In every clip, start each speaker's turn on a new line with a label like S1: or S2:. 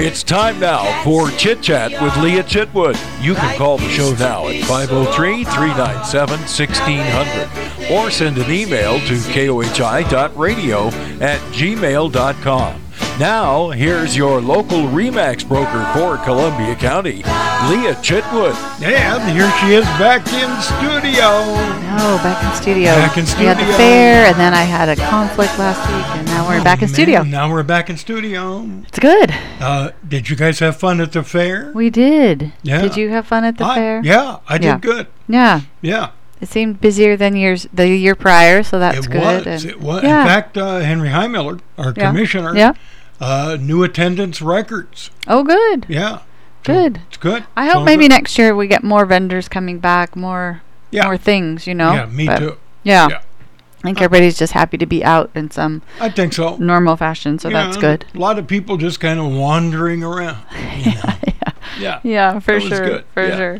S1: It's time now for Chit Chat with Leah Chitwood. You can call the show now at 503 397 1600 or send an email to kohi.radio at gmail.com. Now, here's your local REMAX broker for Columbia County, Leah Chitwood.
S2: And here she is back in studio.
S3: No, back in studio.
S2: Back in
S3: We had the
S2: studio. Oh,
S3: fair, and then I had a conflict last week, and now we're back in
S2: Man,
S3: studio.
S2: Now we're back in studio.
S3: It's good.
S2: Uh, did you guys have fun at the fair?
S3: We did.
S2: Yeah.
S3: Did you have fun at the
S2: I-
S3: fair?
S2: Yeah, I did
S3: Yeah.
S2: good.
S3: Yeah.
S2: Yeah,
S3: It seemed busier than years the year prior, so that's
S2: it was.
S3: good. and-
S2: It was.
S3: Yeah.
S2: In fact, uh, Henry Highmiller, our
S3: yeah.
S2: commissioner,
S3: Yeah.
S2: uh, new attendance records.
S3: Oh, good.
S2: Yeah,
S3: Good.
S2: it's good.
S3: I
S2: It's
S3: hope
S2: all
S3: maybe
S2: good.
S3: next year we get more vendors coming back, more
S2: Yeah.
S3: more things. You know.
S2: Yeah, me
S3: But,
S2: too.
S3: Yeah.
S2: Yeah.
S3: I think everybody's just happy to be out in some
S2: I think so.
S3: normal fashion, so
S2: Yeah,
S3: that's
S2: and
S3: good.
S2: A lot of people just kind of wandering around. you know.
S3: yeah.
S2: yeah.
S3: Yeah, for
S2: was
S3: sure.
S2: good,
S3: For
S2: yeah.
S3: sure.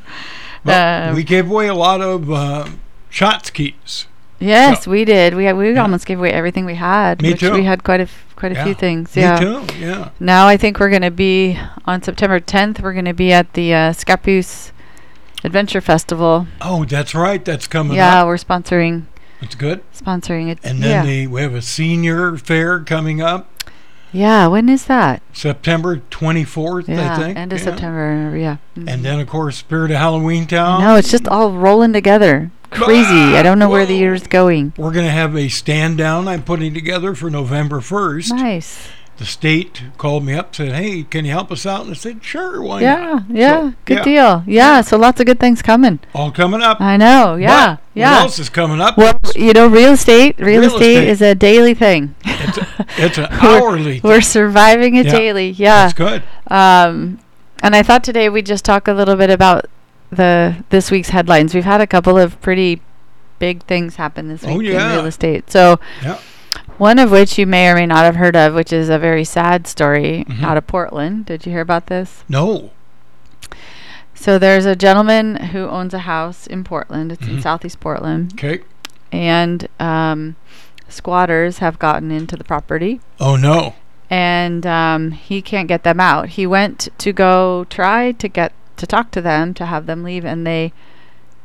S2: But
S3: Um,
S2: we gave away a lot of uh, shots keys.
S3: Yes,
S2: So-
S3: we did. We had, we
S2: Yeah.
S3: almost gave away everything we had.
S2: Me
S3: which
S2: too.
S3: We had quite a f- quite a
S2: Yeah.
S3: few things. Yeah.
S2: Me too. Yeah.
S3: Now I think we're going to be on September 10th. We're going to be at the uh, Scappoose Adventure Festival.
S2: Oh, that's right. That's coming
S3: yeah,
S2: up.
S3: we're sponsoring
S2: It's good.
S3: sponsoring it.
S2: And then
S3: yeah.
S2: the, we have a senior fair coming up
S3: yeah. When is that?
S2: September 24th,
S3: Yeah,
S2: I think.
S3: end of
S2: yeah.
S3: September. Yeah. Mm.
S2: And then, of course, Spirit of Halloween Town.
S3: no, it's just all rolling together. Crazy. I don't know where the
S2: um, Whoa.
S3: year's going.
S2: We're going to have a stand down I'm putting together for November 1st.
S3: Nice.
S2: The state called me up said, hey, can you help us out? And I said, sure, why not?
S3: Yeah. Yeah.
S2: So,
S3: good
S2: yeah.
S3: deal. Yeah, So lots of good things coming.
S2: All coming up.
S3: I know. Uh, Yeah.
S2: But
S3: yeah.
S2: What else is coming up?
S3: Well, you know, real estate, real,
S2: Real
S3: estate,
S2: estate.
S3: is a daily thing.
S2: It's, it's an
S3: We're-
S2: hourly.
S3: We're surviving it
S2: Yeah.
S3: daily. Yeah.
S2: That's good.
S3: Um, and I thought today we'd just talk a little bit about the this week's headlines. We've had a couple of pretty big things happen this week
S2: Oh, yeah.
S3: in real estate. So
S2: Yeah.
S3: one of which you may or may not have heard of, which is a very sad story
S2: Mhm.
S3: out of Portland. Did you hear about this?
S2: No.
S3: So there's a gentleman who owns a house in Portland. It's in
S2: Mhm.
S3: Southeast Portland,
S2: Okay.
S3: and um, squatters have gotten into the property.
S2: Oh no.
S3: and um, he can't get them out. He went to go try to get to talk to them to have them leave, and they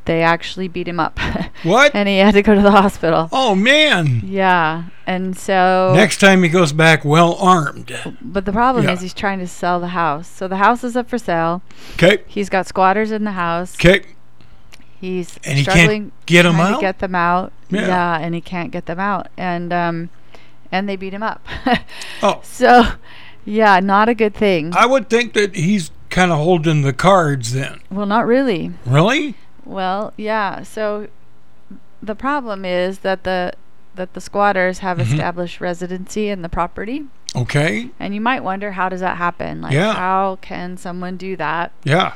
S3: they actually beat him up,
S2: What?
S3: and he had to go to the hospital.
S2: Oh man.
S3: Yeah, and so
S2: Next time he goes back well armed.
S3: but the problem
S2: Yeah.
S3: is he's trying to sell the house. So the house is up for sale.
S2: Okay.
S3: He's got squatters in the house.
S2: Okay.
S3: He's
S2: And he
S3: struggling
S2: can't get him
S3: trying
S2: out.
S3: to get them out.
S2: Yeah.
S3: yeah, and he can't get them out, and um, and they beat him up.
S2: oh,
S3: so, yeah, not a good thing.
S2: I would think that he's kind of holding the cards then.
S3: well, not really.
S2: Really?
S3: Well, yeah. So the problem is that the that the squatters have
S2: Mm-hmm.
S3: established residency in the property,
S2: Okay.
S3: and you might wonder how does that happen? Like,
S2: Yeah.
S3: how can someone do that?
S2: Yeah.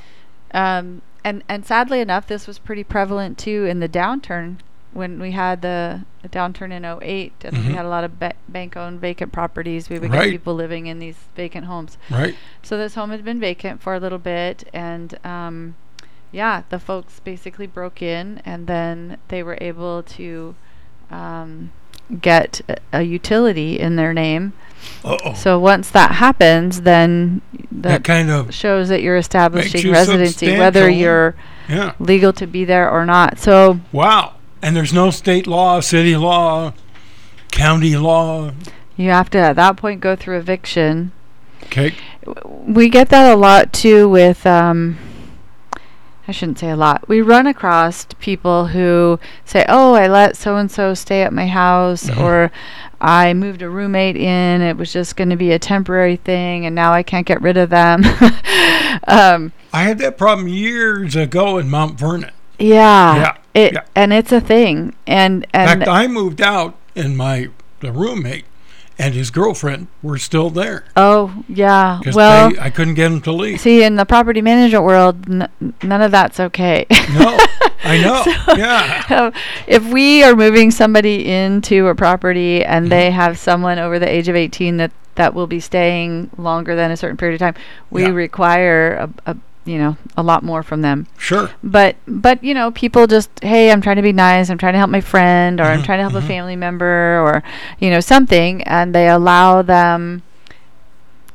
S3: Um, and and sadly enough, this was pretty prevalent too in the downturn when we had the, the downturn in 08 and we
S2: Mhm.
S3: had a lot of ba- bank-owned vacant properties. We would
S2: Right.
S3: get people living in these vacant homes.
S2: Right.
S3: So this home had been vacant for a little bit, and um, yeah, the folks basically broke in, and then they were able to um, get a, a utility in their name.
S2: Uh oh.
S3: So once that happens, then
S2: that
S3: that,
S2: kind of.
S3: shows that you're establishing
S2: you
S3: residency, whether
S2: substantial.
S3: you're
S2: Yeah.
S3: legal to be there or not. So
S2: Wow. And there's no state law, city law, county law.
S3: you have to at that point go through eviction.
S2: Okay.
S3: we get that a lot too with um I shouldn't say a lot. We run across people who say, "Oh, I let so and so stay at my house
S2: Mhm.
S3: or I moved a roommate in. It was just going to be a temporary thing and now I can't get rid of them." um
S2: I had that problem years ago in Mount Vernon.
S3: yeah.
S2: Yeah,
S3: It
S2: yeah.
S3: and it's a thing. And
S2: In
S3: and
S2: fact, I moved out, and my the roommate and his girlfriend were still there
S3: oh, yeah.
S2: because
S3: Well,
S2: I couldn't get them to leave.
S3: see in the property management world, n- none of that's okay.
S2: No, I know. yeah,
S3: Um, if we are moving somebody into a property and
S2: Mm-hmm.
S3: they have someone over the age of 18 that that will be staying longer than a certain period of time, we
S2: Yeah.
S3: require a, a you know a lot more from them.
S2: sure.
S3: But but you know people just hey I'm trying to be nice I'm trying to help my friend or I'm
S2: Mhm,
S3: trying to help
S2: mhm.
S3: a family member or you know something and they allow them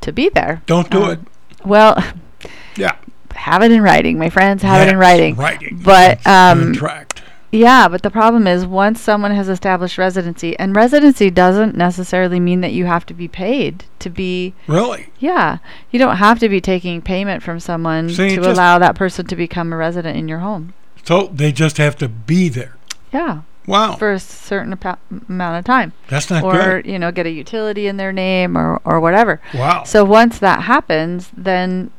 S3: to be there.
S2: Don't do
S3: Um,
S2: it.
S3: Well,
S2: Yeah.
S3: have it in writing, my friends. Have it in
S2: Yes,
S3: writing.
S2: Writing.
S3: But um,
S2: Contract.
S3: yeah, but the problem is once someone has established residency, and residency doesn't necessarily mean that you have to be paid to be.
S2: Really?
S3: Yeah, you don't have to be taking payment from someone
S2: So you
S3: to
S2: just-
S3: allow that person to become a resident in your home.
S2: So they just have to be there.
S3: Yeah,
S2: Wow.
S3: for a certain apa- amount of time,
S2: That's not
S3: or
S2: good.
S3: you know, get a utility in their name or or whatever.
S2: Wow.
S3: So once that happens, then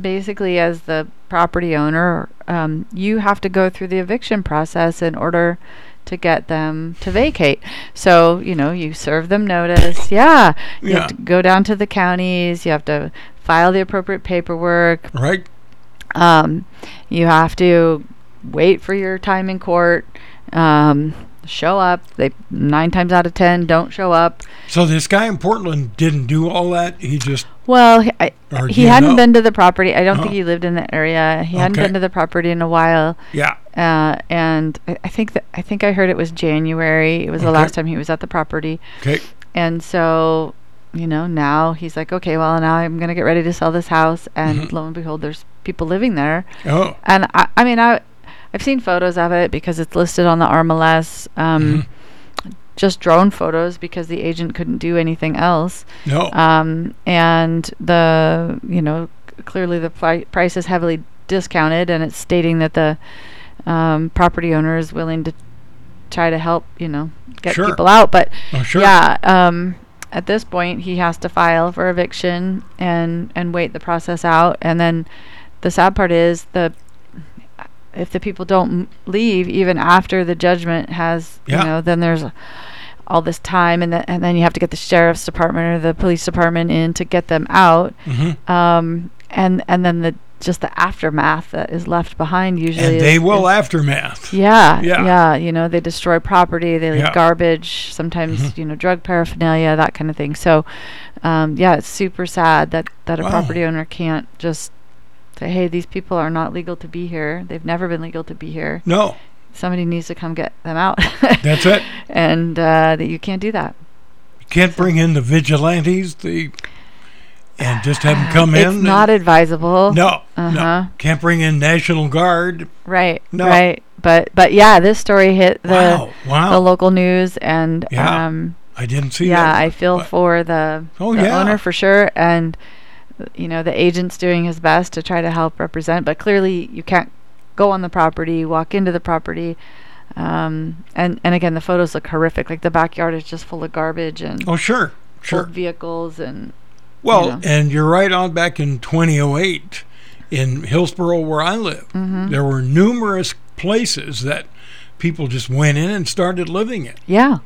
S3: basically, as the property owner, um, you have to go through the eviction process in order to get them to vacate. So you know, you serve them notice. Yeah, you
S2: Yeah.
S3: have to go down to the counties. You have to file the appropriate paperwork.
S2: right?
S3: Um, you have to wait for your time in court. Um, show up. They nine times out of ten don't show up.
S2: So this guy in Portland didn't do all that. He just
S3: Well, he- I,
S2: Or
S3: he
S2: you
S3: hadn't
S2: know.
S3: been to the property. I don't
S2: Oh.
S3: think he lived in the area. He hadn't
S2: Okay.
S3: been to the property in a while,
S2: yeah.
S3: uh, and I, I think that I think I heard it was January. It was the
S2: Okay.
S3: last time he was at the property,
S2: Okay.
S3: and so you know now he's like, okay, well now I'm gonna get ready to sell this house, and
S2: Mm-hmm.
S3: lo and behold, there's people living there,
S2: Oh.
S3: and I, I mean I. I've seen photos of it because it's listed on the RMLS, um,
S2: Mm-hmm.
S3: just drone photos because the agent couldn't do anything else
S2: No.
S3: um, and the you know c- clearly the pri- price is heavily discounted, and it's stating that the um, property owner is willing to try to help you know get
S2: Sure.
S3: people out, but
S2: oh sure.
S3: yeah, um, at this point he has to file for eviction and and wait the process out, and then the sad part is the if the people don't m- leave even after the judgment has
S2: Yeah.
S3: you know then there's all this time and, the, and then you have to get the sheriff's department or the police department in to get them out
S2: hmm
S3: um, and and then the just the aftermath that is left behind usually
S2: And they
S3: is-
S2: will
S3: is-
S2: aftermath.
S3: yeah,
S2: Yeah.
S3: yeah, You know, they destroy property, they leave
S2: Yeah. Mm-hmm.
S3: garbage, sometimes you know drug paraphernalia, that kind of thing. So, um, yeah, it's super sad that that a
S2: Wow.
S3: property owner can't just say, "Hey, these people are not legal to be here. They've never been legal to be here.
S2: No.
S3: Somebody needs to come get them out."
S2: That's it.
S3: and uh, that you can't do that.
S2: You can't bring in the vigilantes. The and just have them come in.
S3: it's not
S2: and,
S3: advisable.
S2: no.
S3: Uh
S2: No.
S3: huh.
S2: Can't bring in National Guard.
S3: Right.
S2: No.
S3: Right. But but yeah, this story hit the
S2: wow. Wow.
S3: the local news and
S2: Yeah.
S3: um
S2: I didn't see
S3: yeah,
S2: that.
S3: I feel
S2: but-
S3: for the,
S2: Oh,
S3: the
S2: yeah.
S3: owner for sure, and you know the agent's doing his best to try to help represent, but clearly you can't go on the property, walk into the property, um, and and again the photos look horrific. Like the backyard is just full of garbage and
S2: oh sure.
S3: old
S2: Sure.
S3: vehicles and
S2: Well,
S3: know.
S2: and you're right on back in 2008 in Hillsboro, where I live.
S3: Mm-hmm.
S2: There were numerous places that people just went in and started living in.
S3: yeah,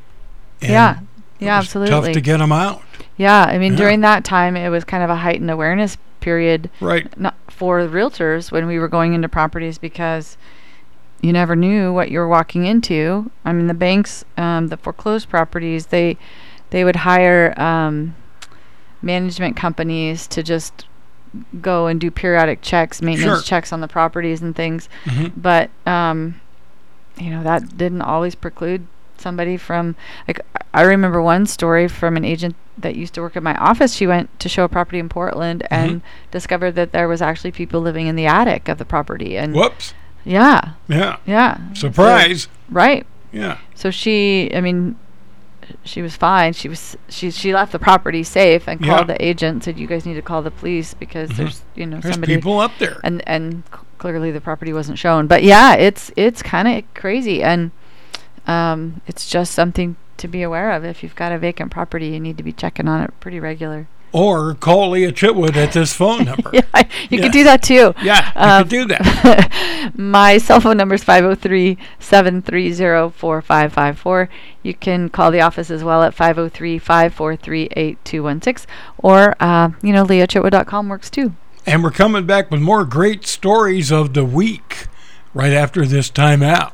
S2: And
S3: yeah,
S2: it
S3: yeah,
S2: was Tough
S3: absolutely,
S2: to get them out.
S3: yeah. I mean
S2: Yeah.
S3: during that time it was kind of a heightened awareness period
S2: Right.
S3: not for realtors when we were going into properties because you never knew what you were walking into. I mean, the banks, um, the foreclosed properties, they they would hire um, management companies to just go and do periodic checks, maintenance
S2: Sure.
S3: checks on the properties and things.
S2: Mhm.
S3: But um, you know that didn't always preclude somebody from like I- I remember one story from an agent that used to work at my office. She went to show a property in Portland
S2: Mm-hmm.
S3: and discovered that there was actually people living in the attic of the property. And
S2: Whoops.
S3: yeah,
S2: Yeah.
S3: yeah,
S2: Surprise.
S3: right.
S2: Yeah.
S3: So she, I mean, she was fine. She was she she left the property safe and called
S2: Yeah. Mm-hmm.
S3: the agent. Said you guys need to call the police because there's you know
S2: There's
S3: somebody
S2: people up there.
S3: and and c- clearly the property wasn't shown but yeah it's it's kind of crazy and um it's just something to be aware of if you've got a vacant property you need to be checking on it pretty regular
S2: Or call Leah Chitwood at this phone number.
S3: yeah you
S2: Yeah.
S3: could do that too
S2: Yeah, you
S3: Um,
S2: could do that.
S3: my cell phone oh number is 503-730-4554 you can call the office as well at 503-543-8216 or uh, you know leochitwood.com works too
S2: And we're coming back with more great stories of the week right after this time out.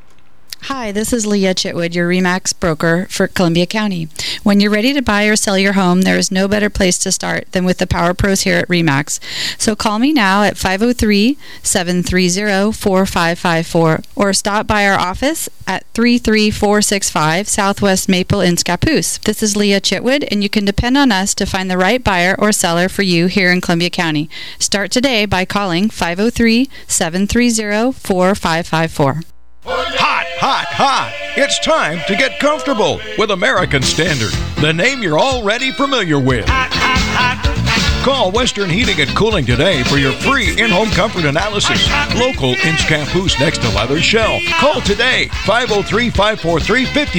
S4: Hi, this is Leah Chitwood, your REMAX broker for Columbia County. When you're ready to buy or sell your home, there is no better place to start than with the Power Pros here at REMAX. So call me now at 503 730 4554 or stop by our office at 33465 Southwest Maple in Scappoose. This is Leah Chitwood, and you can depend on us to find the right buyer or seller for you here in Columbia County. Start today by calling 503 730 4554.
S1: Hot, hot, hot. It's time to get comfortable with American Standard, the name you're already familiar with. Call Western Heating and Cooling today for your free in-home comfort analysis. Local in Scappoose next to Leather Shell. Call today,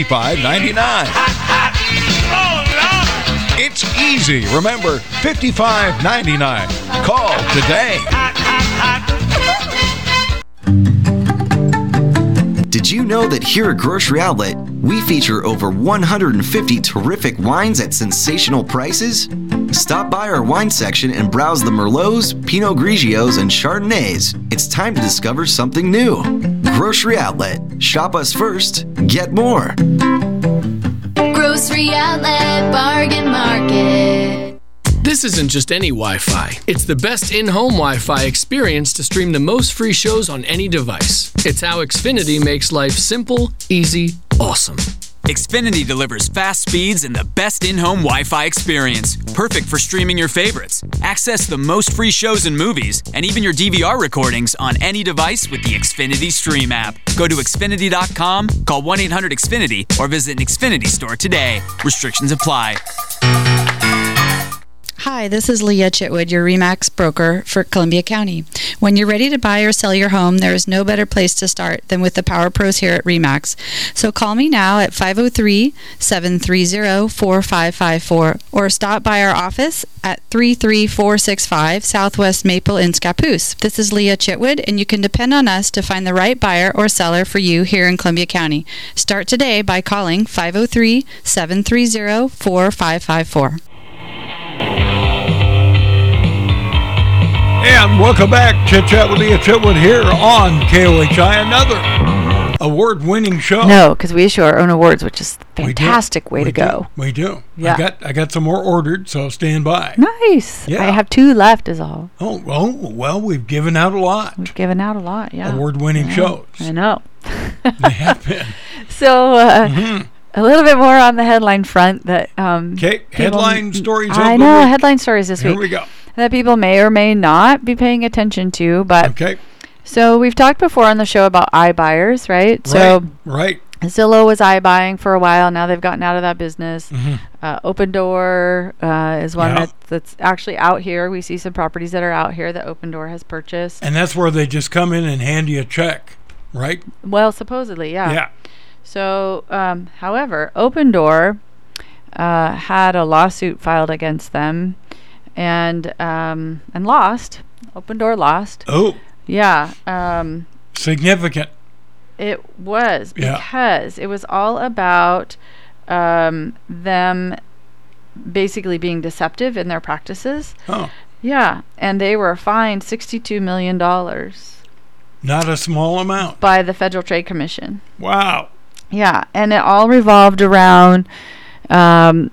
S1: 503-543-5599. It's easy. Remember, 5599. Call today.
S5: Did you know that here at Grocery Outlet, we feature over 150 terrific wines at sensational prices? Stop by our wine section and browse the Merlots, Pinot Grigios, and Chardonnays. It's time to discover something new. Grocery Outlet. Shop us first, get more.
S6: Grocery Outlet Bargain Market.
S7: This isn't just any Wi Fi. It's the best in home Wi Fi experience to stream the most free shows on any device. It's how Xfinity makes life simple, easy, awesome.
S8: Xfinity delivers fast speeds and the best in home Wi Fi experience. Perfect for streaming your favorites. Access the most free shows and movies, and even your DVR recordings on any device with the Xfinity Stream app. Go to Xfinity.com, call 1 800 Xfinity, or visit an Xfinity store today. Restrictions apply.
S4: Hi, this is Leah Chitwood, your REMAX broker for Columbia County. When you're ready to buy or sell your home, there is no better place to start than with the Power Pros here at REMAX. So call me now at 503 730 4554 or stop by our office at 33465 Southwest Maple in Scappoose. This is Leah Chitwood, and you can depend on us to find the right buyer or seller for you here in Columbia County. Start today by calling 503 730 4554.
S2: And welcome back to Chat with Leah Chitwood here on KOHI, another award winning show.
S3: No, because we issue our own awards, which is a
S2: We do.
S3: fantastic way
S2: We
S3: to
S2: do.
S3: go.
S2: We do. I
S3: Yeah.
S2: got I got some more ordered, so stand by.
S3: Nice.
S2: Yeah.
S3: I have two left, is all.
S2: Oh well, well we've given out a lot.
S3: We've given out a lot. Yeah.
S2: Award winning
S3: I
S2: shows.
S3: know.
S2: They have been. Mm-hmm.
S3: So uh, a little bit more on the headline front that. Um,
S2: Okay,
S3: people-
S2: headline stories. of
S3: I
S2: the
S3: know
S2: week.
S3: headline stories this
S2: Here
S3: week
S2: we go.
S3: that people may or may not be paying attention to, but
S2: Okay.
S3: so we've talked before on the show about iBuyers, right? So
S2: right. Right.
S3: Zillow was iBuying for a while. Now they've gotten out of that business. Uh, Open Door uh, is one
S2: Mm-hmm. Yeah.
S3: that, that's actually out here. We see some properties that are out here that Open Door has purchased.
S2: And that's where they just come in and hand you a check, right?
S3: Well, supposedly, yeah.
S2: Yeah.
S3: So, um, however, Open Door uh, had a lawsuit filed against them, and um, and lost. Open Door lost.
S2: Oh,
S3: Yeah. Um,
S2: significant.
S3: It was
S2: Yeah.
S3: because it was all about um, them basically being deceptive in their practices.
S2: Oh,
S3: Yeah, and they were fined sixty-two million dollars
S2: not a small amount.
S3: by the Federal Trade Commission.
S2: Wow.
S3: Yeah, and it all revolved around um,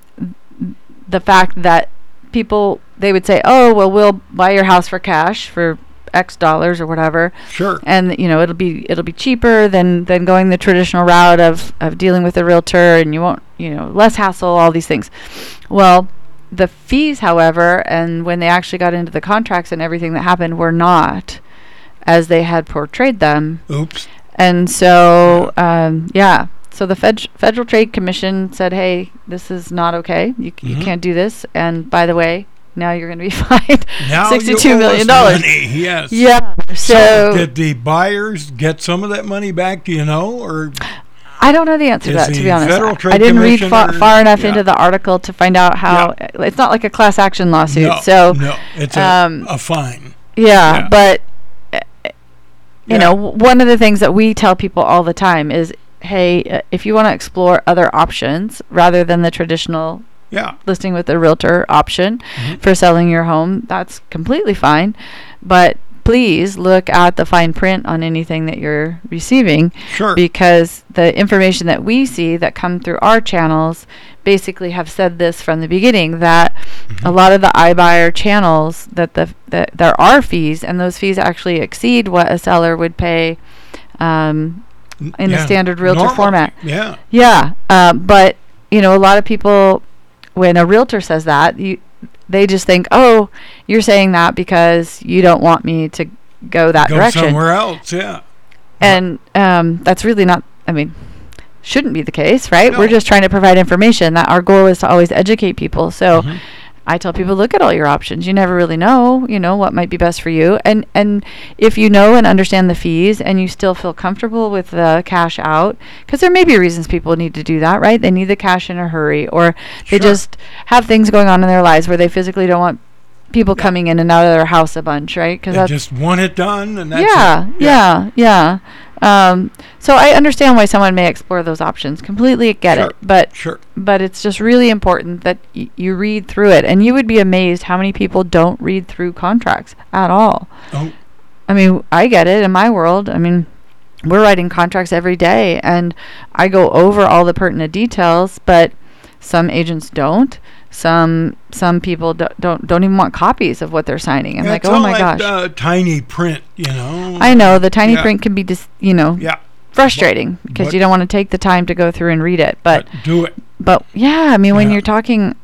S3: the fact that people they would say, "Oh, well, we'll buy your house for cash for X dollars or whatever,"
S2: Sure.
S3: and you know it'll be it'll be cheaper than than going the traditional route of of dealing with a realtor and you won't you know less hassle all these things well the fees however and when they actually got into the contracts and everything that happened were not as they had portrayed them
S2: Oops.
S3: and so um, yeah so the Fed- federal trade commission said hey this is not okay you, c-
S2: Mhm.
S3: you can't do this and by the way now you're going to be fined
S2: Now you owe
S3: sixty-two
S2: us
S3: million dollars
S2: money. Yes.
S3: yeah so
S2: Did the buyers get some of that money back? Do you know? Or
S3: I don't know the answer to
S2: Is
S3: that, to
S2: the
S3: be honest.
S2: Federal
S3: I-
S2: Trade
S3: I didn't read far,
S2: Commissioner-
S3: far enough
S2: Yeah.
S3: into the article to find out how it's not like a class action lawsuit.
S2: no,
S3: so
S2: no, it's a,
S3: um,
S2: a fine.
S3: yeah,
S2: Yeah.
S3: but uh, you
S2: Yeah.
S3: know, w- one of the things that we tell people all the time is, hey, uh, if you want to explore other options rather than the traditional
S2: Yeah.
S3: listing
S2: Mm-hmm.
S3: with a realtor option for selling your home, that's completely fine. But please look at the fine print on anything that you're receiving.
S2: Sure.
S3: Because the information that we see that come through our channels basically have said this from the beginning that
S2: Mm-hmm.
S3: a lot of the iBuyer channels that the that there are fees and those fees actually exceed what a seller would pay um, in the
S2: Yeah.
S3: standard realtor
S2: Normal.
S3: format.
S2: Yeah.
S3: Yeah, uh, but you know, a lot of people, when a realtor says that, you, they just think, "Oh, you're saying that because you don't want me to go that
S2: Go
S3: direction,"
S2: somewhere else. Yeah. Uh-huh.
S3: and um, that's really not. I mean, shouldn't be the case, right? We're
S2: No.
S3: just trying to provide information. That our goal is to always educate people. So.
S2: Mm-hmm.
S3: I tell people look at all your options. You never really know, you know, what might be best for you. And and if you know and understand the fees and you still feel comfortable with the cash out because there may be reasons people need to do that, right? They need the cash in a hurry or they
S2: Sure.
S3: just have things going on in their lives where they physically don't want people coming in and out of their house a bunch, right? Cuz
S2: They
S3: that's
S2: just want it done, and that's it.
S3: yeah, yeah, yeah, Um, so I understand why someone may explore those options. Completely get
S2: Sure.
S3: it, but
S2: Sure.
S3: but it's just really important that y- you read through it and you would be amazed how many people don't read through contracts at all
S2: Oh,
S3: i mean i get it in my world i mean we're writing contracts every day and i go over all the pertinent details but some agents don't some some people do, don't don't even want copies of what they're signing i'm like
S2: It's
S3: oh
S2: all
S3: my gosh
S2: Uh, tiny print, you know.
S3: i know the tiny
S2: yeah.
S3: print can be just you know
S2: Yeah.
S3: frustrating because
S2: but-
S3: you don't want to take the time to go through and read it but
S2: But do it.
S3: but yeah, I mean, when
S2: Yeah.
S3: you're talking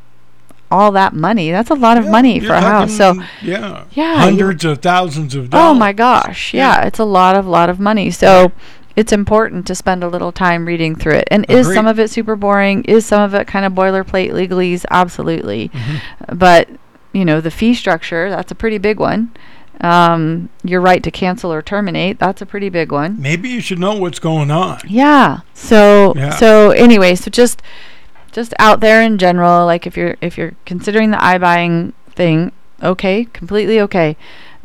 S3: all that money, that's a lot of
S2: Yeah,
S3: money
S2: you're
S3: for a house. So,
S2: talking, yeah,
S3: Yeah, you-
S2: hundreds of thousands of dollars.
S3: oh my gosh, yeah, it's a lot of lot of money. So, it's important to spend a little time reading through it. And is some
S2: Agreed.
S3: of it super boring? Is some of it kind of boilerplate legalese? Absolutely.
S2: Mm-hmm.
S3: But you know, the fee structure—that's a pretty big one. Um, your right to cancel or terminate—that's a pretty big one.
S2: Maybe you should know what's going on.
S3: Yeah. So
S2: Yeah.
S3: so anyway, so just just out there in general, like if you're if you're considering the eye buying thing, okay, completely okay.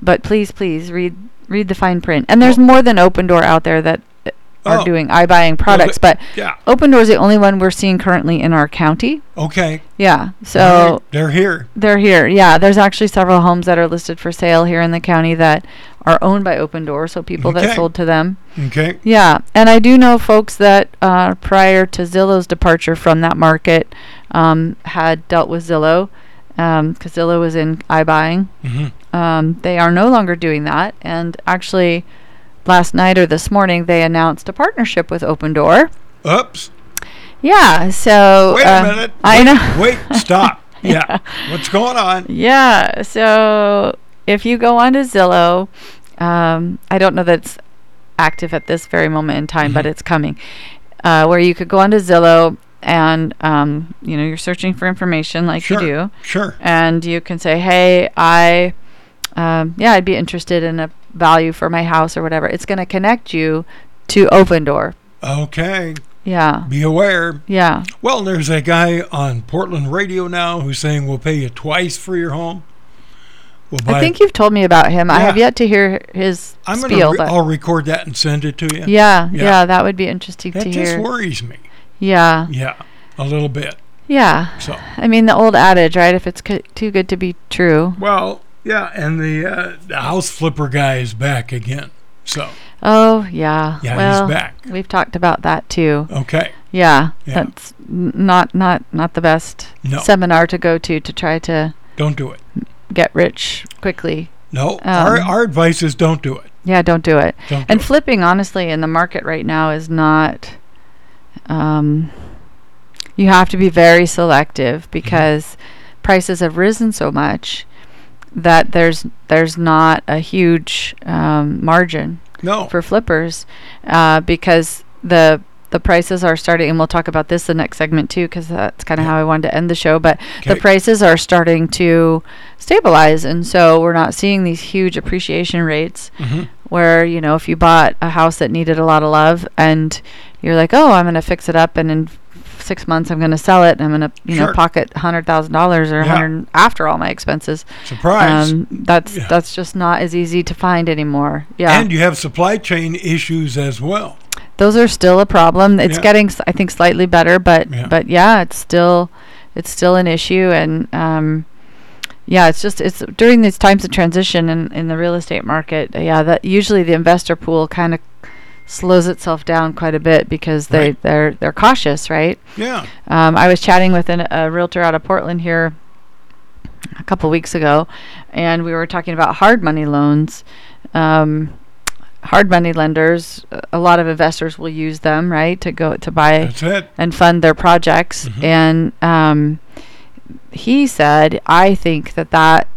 S3: But please, please read read the fine print. And there's more than Open Door out there that uh, are
S2: Oh.
S3: doing eye buying products, but
S2: Yeah.
S3: Open Door is the only one we're seeing currently in our county.
S2: Okay.
S3: Yeah. So
S2: they're, they're here.
S3: they're here. Yeah, there's actually several homes that are listed for sale here in the county that are owned by Open Door, so people
S2: Okay.
S3: that sold to them.
S2: Okay.
S3: Yeah, and I do know folks that uh, prior to Zillow's departure from that market um, had dealt with Zillow because Zillow was in iBuying.
S2: Mm-hmm.
S3: Um, they are no longer doing that, and actually, last night or this morning, they announced a partnership with Open Door.
S2: Oops.
S3: Yeah, so
S2: Wait a
S3: uh,
S2: minute.
S3: I
S2: wait,
S3: know.
S2: Wait. Stop. yeah. What's going on?
S3: Yeah. So if you go onto Zillow, um, I don't know that it's active at this very moment in time,
S2: Mm-hmm.
S3: but it's coming. Uh, where you could go onto Zillow and um, you know you're searching for information like
S2: Sure.
S3: you do,
S2: Sure.
S3: and you can say, "Hey, I, um, yeah, I'd be interested in a value for my house or whatever." It's going to connect you to Open Door.
S2: Okay.
S3: Yeah.
S2: Be aware.
S3: Yeah.
S2: Well, there's a guy on Portland radio now who's saying we'll pay you twice for your home. We'll buy
S3: I think you've told me about him. I have
S2: Yeah.
S3: yet to hear his
S2: I'm gonna
S3: spiel,
S2: re-
S3: but
S2: I'll record that and send it to you.
S3: yeah,
S2: Yeah.
S3: yeah, that would be interesting
S2: That
S3: to
S2: just
S3: hear.
S2: worries me.
S3: Yeah.
S2: Yeah. A little bit.
S3: Yeah.
S2: So.
S3: I mean, the old adage, right? If it's co- too good to be true.
S2: Well, yeah, and the uh, the house flipper guy is back again. So
S3: Oh, yeah.
S2: Yeah, he's
S3: well,
S2: back.
S3: We've talked about that too.
S2: okay,
S3: Yeah.
S2: Yeah.
S3: That's n- not not not the best
S2: No.
S3: seminar to go to to try to
S2: don't do it.
S3: get rich quickly.
S2: No, our
S3: Um,
S2: our advice is don't do it.
S3: Yeah, don't do it.
S2: Don't do
S3: and
S2: it.
S3: flipping, honestly, in the market right now is not. Um, you have to be very
S2: Mm-hmm.
S3: selective because prices have risen so much that there's there's not a huge um, margin
S2: No,
S3: for flippers uh, because the the prices are starting, and we'll talk about this the next segment too, because that's kind of how I wanted to end the show. But the
S2: Okay.
S3: prices are starting to stabilize, and so we're not seeing these huge appreciation rates
S2: Mm-hmm.
S3: where you know if you bought a house that needed a lot of love, and you're like, oh, I'm going to fix it up, and in f- six months I'm going to sell it, and I'm going to you know
S2: Sure.
S3: pocket hundred thousand dollars or a
S2: Yeah.
S3: hundred after all my expenses.
S2: surprise.
S3: Um, that's
S2: Yeah.
S3: that's just not as easy to find anymore. Yeah,
S2: and you have supply chain issues as well.
S3: those are still a problem. It's
S2: Yeah.
S3: getting, s- I think, slightly better, but
S2: Yeah.
S3: but yeah, it's still it's still an issue, and um, yeah, it's just it's during these times of transition in in the real estate market. Yeah, that usually the investor pool kind of slows itself down quite a bit because they
S2: Right.
S3: they're they're cautious, right?
S2: Yeah.
S3: Um, I was chatting with an, a realtor out of Portland here a couple weeks ago, and we were talking about hard money loans. Um, hard money lenders, a- a lot of investors will use them, right, to go to buy
S2: That's Mm-hmm. it.
S3: and fund their projects. And um, he said, I think that that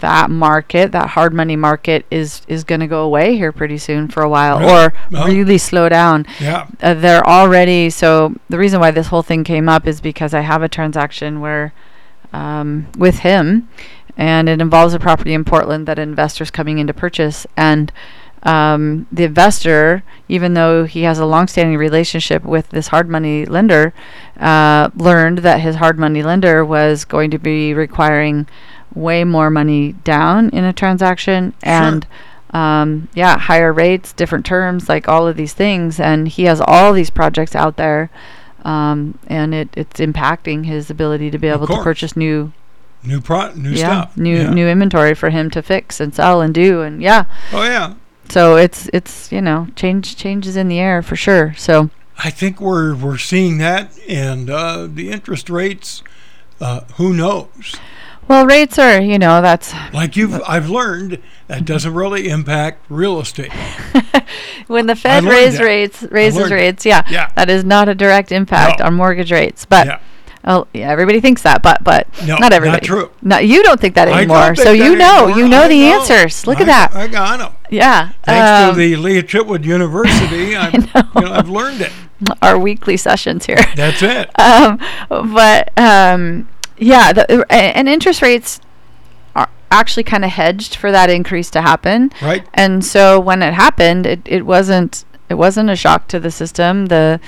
S3: that market, that hard money market, is is going to go away here pretty soon for a while,
S2: Really?
S3: or
S2: Well-
S3: really slow down.
S2: Yeah.
S3: Uh, they're already so. The reason why this whole thing came up is because I have a transaction where um, with him, and it involves a property in Portland that an investors coming in to purchase. And um, the investor, even though he has a long-standing relationship with this hard money lender, uh, learned that his hard money lender was going to be requiring way more money down in a transaction and um, yeah, higher rates, different terms, like all of these things. And he has all these projects out there. Um, and it, it's impacting his ability to be able to
S2: course.
S3: purchase new
S2: New pro. New
S3: yeah,
S2: stuff.
S3: new
S2: Yeah.
S3: new inventory for him to fix and sell and do and yeah.
S2: Oh yeah.
S3: So it's it's you know change changes in the air for sure. So
S2: I think we're we're seeing that, and uh, the interest rates. Uh, who knows?
S3: well rates are you know that's
S2: Like you've, I've learned that doesn't really impact real estate.
S3: when the Fed
S2: learned
S3: raise
S2: that.
S3: rates raises
S2: learned-
S3: rates yeah,
S2: Yeah.
S3: that is not a direct impact
S2: No.
S3: on mortgage rates but.
S2: Yeah.
S3: Oh, yeah, everybody thinks that, but but
S2: No,
S3: not
S2: not
S3: everybody.
S2: true.
S3: No, you don't think that
S2: I
S3: anymore.
S2: don't think
S3: so
S2: that
S3: you know,
S2: anymore.
S3: you know
S2: I
S3: the answers. Look
S2: I,
S3: at that.
S2: I got 'em.
S3: yeah.
S2: Thanks
S3: um,
S2: to the Leah Chitwood University, I've, you know, I've learned it.
S3: our weekly sessions here.
S2: That's it.
S3: um, but um, yeah, the, a- and interest rates are actually kind of hedged for that increase to happen.
S2: Right.
S3: And so when it happened, it, it wasn't it wasn't a shock to the system. The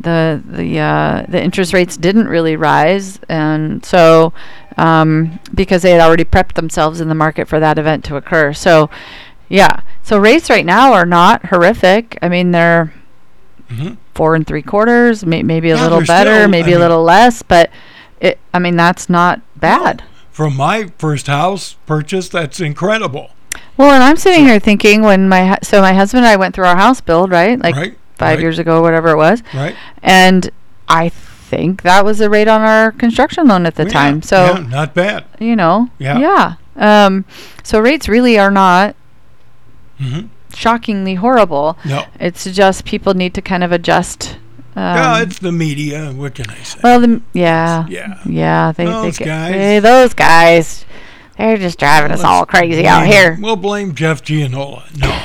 S3: the the uh, the interest rates didn't really rise, and so um, because they had already prepped themselves in the market for that event to occur. So yeah, so rates right now are not horrific. I mean they're four and three quarters, may, maybe a
S2: Yeah,
S3: little
S2: they're
S3: better,
S2: still- I
S3: maybe a
S2: mean-
S3: little less, but it, I mean that's not bad.
S2: From my first house purchase, that's incredible.
S3: Well, and I'm sitting here thinking when my hu- so my husband and I went through our house build right like
S2: Right,
S3: five
S2: right.
S3: years ago, whatever it was,
S2: Right.
S3: and I think that was the rate on our construction loan at the
S2: Yeah,
S3: time. So
S2: yeah, not bad.
S3: you know,
S2: Yeah.
S3: yeah. Um, so rates really are not shockingly horrible.
S2: Mm-hmm. No.
S3: It's just people need to kind of adjust. Um,
S2: yeah, Uh, it's the media. What can I say?
S3: well, the, m- yeah,
S2: yeah.
S3: yeah, they,
S2: Those
S3: they,
S2: guys.
S3: Hey, those guys, they're just driving us all crazy out
S2: Blame-
S3: here.
S2: We'll blame Jeff Gianola. No.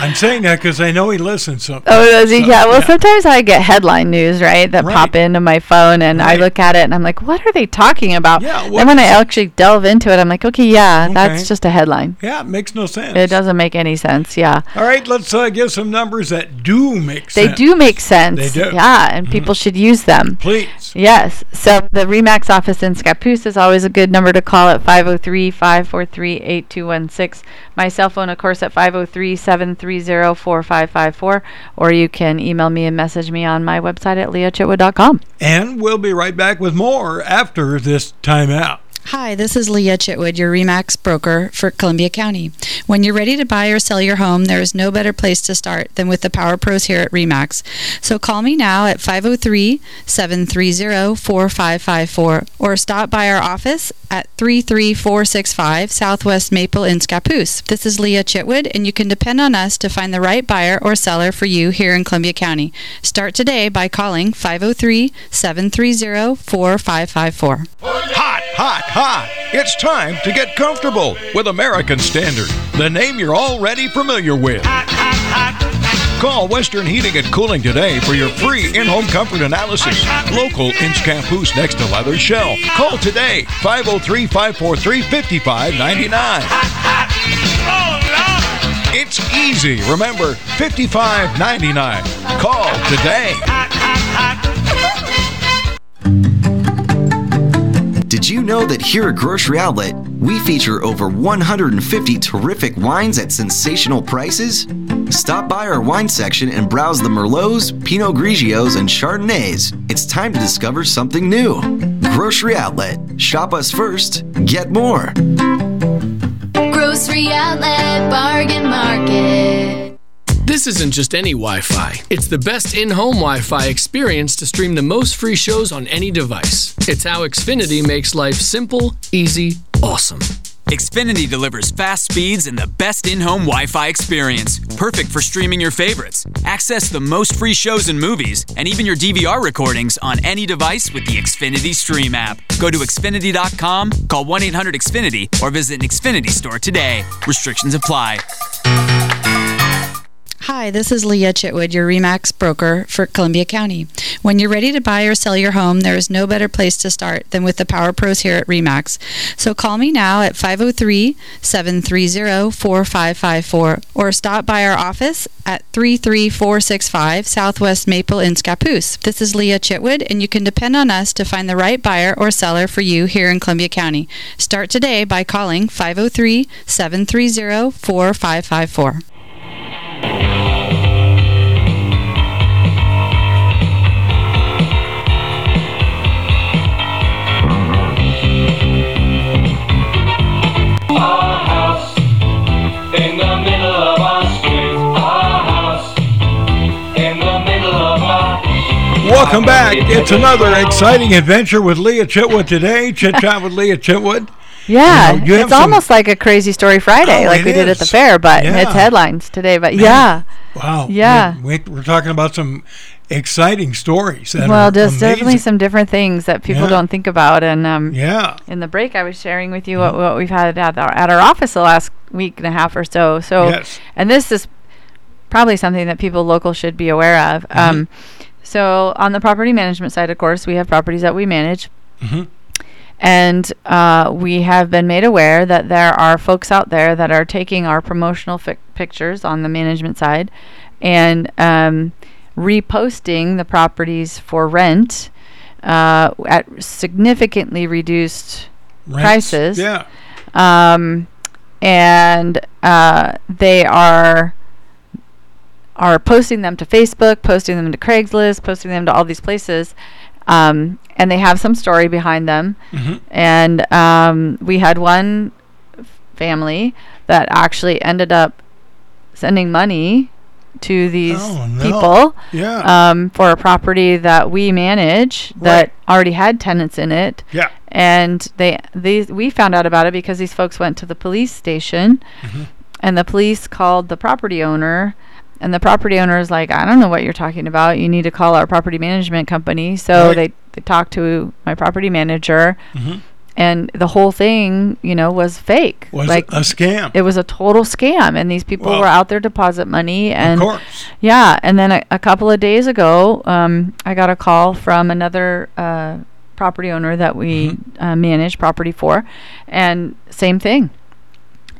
S2: I'm saying that because I know he listens. So
S3: Oh, does he?
S2: So,
S3: yeah. Well, sometimes I get headline news, right, that
S2: Right.
S3: pop into my phone, and
S2: Right.
S3: I look at it, and I'm like, "What are they talking about?"
S2: Yeah,
S3: then
S2: what-
S3: when I actually delve into it, I'm like, "Okay, yeah,
S2: Okay.
S3: that's just a headline.
S2: yeah, it makes no sense.
S3: It doesn't make any sense." Yeah,
S2: All right, let's uh, give some numbers that do make
S3: they
S2: sense.
S3: do make sense.
S2: They do. Mm-hmm.
S3: Yeah, and people should use them.
S2: Please.
S3: Yes. So the REMAX office in Scappoose is always a good number to call at 503 543 8216. My cell phone, of course, at 503 730 4554. Or you can email me and message me on my website at leochitwood.com.
S2: And we'll be right back with more after this timeout.
S4: Hi, this is Leah Chitwood, your REMAX broker for Columbia County. When you're ready to buy or sell your home, there is no better place to start than with the Power Pros here at REMAX. So call me now at 503 730 4554 or stop by our office at 33465 Southwest Maple in Scappoose. This is Leah Chitwood, and you can depend on us to find the right buyer or seller for you here in Columbia County. Start today by calling 503 730 4554.
S1: Hot, hot, hot. It's time to get comfortable with American Standard, the name you're already familiar with. Call Western Heating and Cooling today for your free in-home comfort analysis. Local in Scampoose next to Leather Shell. Call today, 503-543-5599. It's easy. Remember, 5599. Call today.
S5: Did you know that here at Grocery Outlet, we feature over 150 terrific wines at sensational prices? Stop by our wine section and browse the Merlots, Pinot Grigios, and Chardonnays. It's time to discover something new. Grocery Outlet. Shop us first, get more.
S9: Grocery Outlet Bargain Market.
S7: This isn't just any Wi Fi. It's the best in home Wi Fi experience to stream the most free shows on any device. It's how Xfinity makes life simple, easy, awesome.
S8: Xfinity delivers fast speeds and the best in home Wi Fi experience, perfect for streaming your favorites. Access the most free shows and movies, and even your DVR recordings on any device with the Xfinity Stream app. Go to Xfinity.com, call 1 800 Xfinity, or visit an Xfinity store today. Restrictions apply.
S10: Hi, this is Leah Chitwood, your REMAX broker for Columbia County. When you're ready to buy or sell your home, there is no better place to start than with the Power Pros here at REMAX. So call me now at 503 730 4554 or stop by our office at 33465 Southwest Maple in Scappoose. This is Leah Chitwood, and you can depend on us to find the right buyer or seller for you here in Columbia County. Start today by calling 503 730 4554.
S11: Our house in the middle of our street. Our house in the middle of our.
S2: Welcome back. It's another exciting adventure with Leah Chitwood today. Chit chat with Leah Chitwood.
S4: Yeah,
S2: You know, you have
S4: Uh, it's
S2: some-
S4: almost like a crazy story Friday,
S2: Oh,
S4: like
S2: it
S4: we did at the
S2: is.
S4: fair, but
S2: Yeah.
S4: it's headlines today. But yeah,
S2: Wow.
S4: Yeah.
S2: We, we, are talking about some exciting stories. That
S4: well,
S2: are
S4: there's
S2: amazing.
S4: definitely some different things that people
S2: Yeah.
S4: don't think about. And um,
S2: Yeah.
S4: in the break, I was sharing with you what, what we've had at our, at our office the last week and a half or so. So,
S2: Yes.
S4: and this is probably something that people local should be aware of. Um, so, on the property management side, of course, we have properties that we manage. And uh, we have been made aware that there are folks out there that are taking our promotional fic- pictures on the management side and um, reposting the properties for rent uh, at significantly reduced
S2: Rents.
S4: prices.
S2: Yeah.
S4: um, and uh, they are are posting them to Facebook, posting them to Craigslist, posting them to all these places, um, and they have some story behind them.
S2: Mm-hmm.
S4: And um, we had one f- family that actually ended up sending money to these
S2: Oh, no.
S4: people
S2: Yeah.
S4: um, for a property that we manage that already had tenants in it
S2: yeah.
S4: and they these we found out about it because these folks went to the police station
S2: Mm-hmm.
S4: and the police called the property owner and the property owner is like i don't know what you're talking about you need to call our property management company so
S2: Right. Mm-hmm.
S4: they, they talked to my property manager and the whole thing you know was fake
S2: Was
S4: like
S2: a scam.
S4: it was a total scam and these people
S2: Well,
S4: were out there deposit money
S2: of
S4: and
S2: course.
S4: yeah, and then a, a couple of days ago, um, I got a call from another uh, property owner that we
S2: Mm-hmm.
S4: uh, manage property for, and same thing.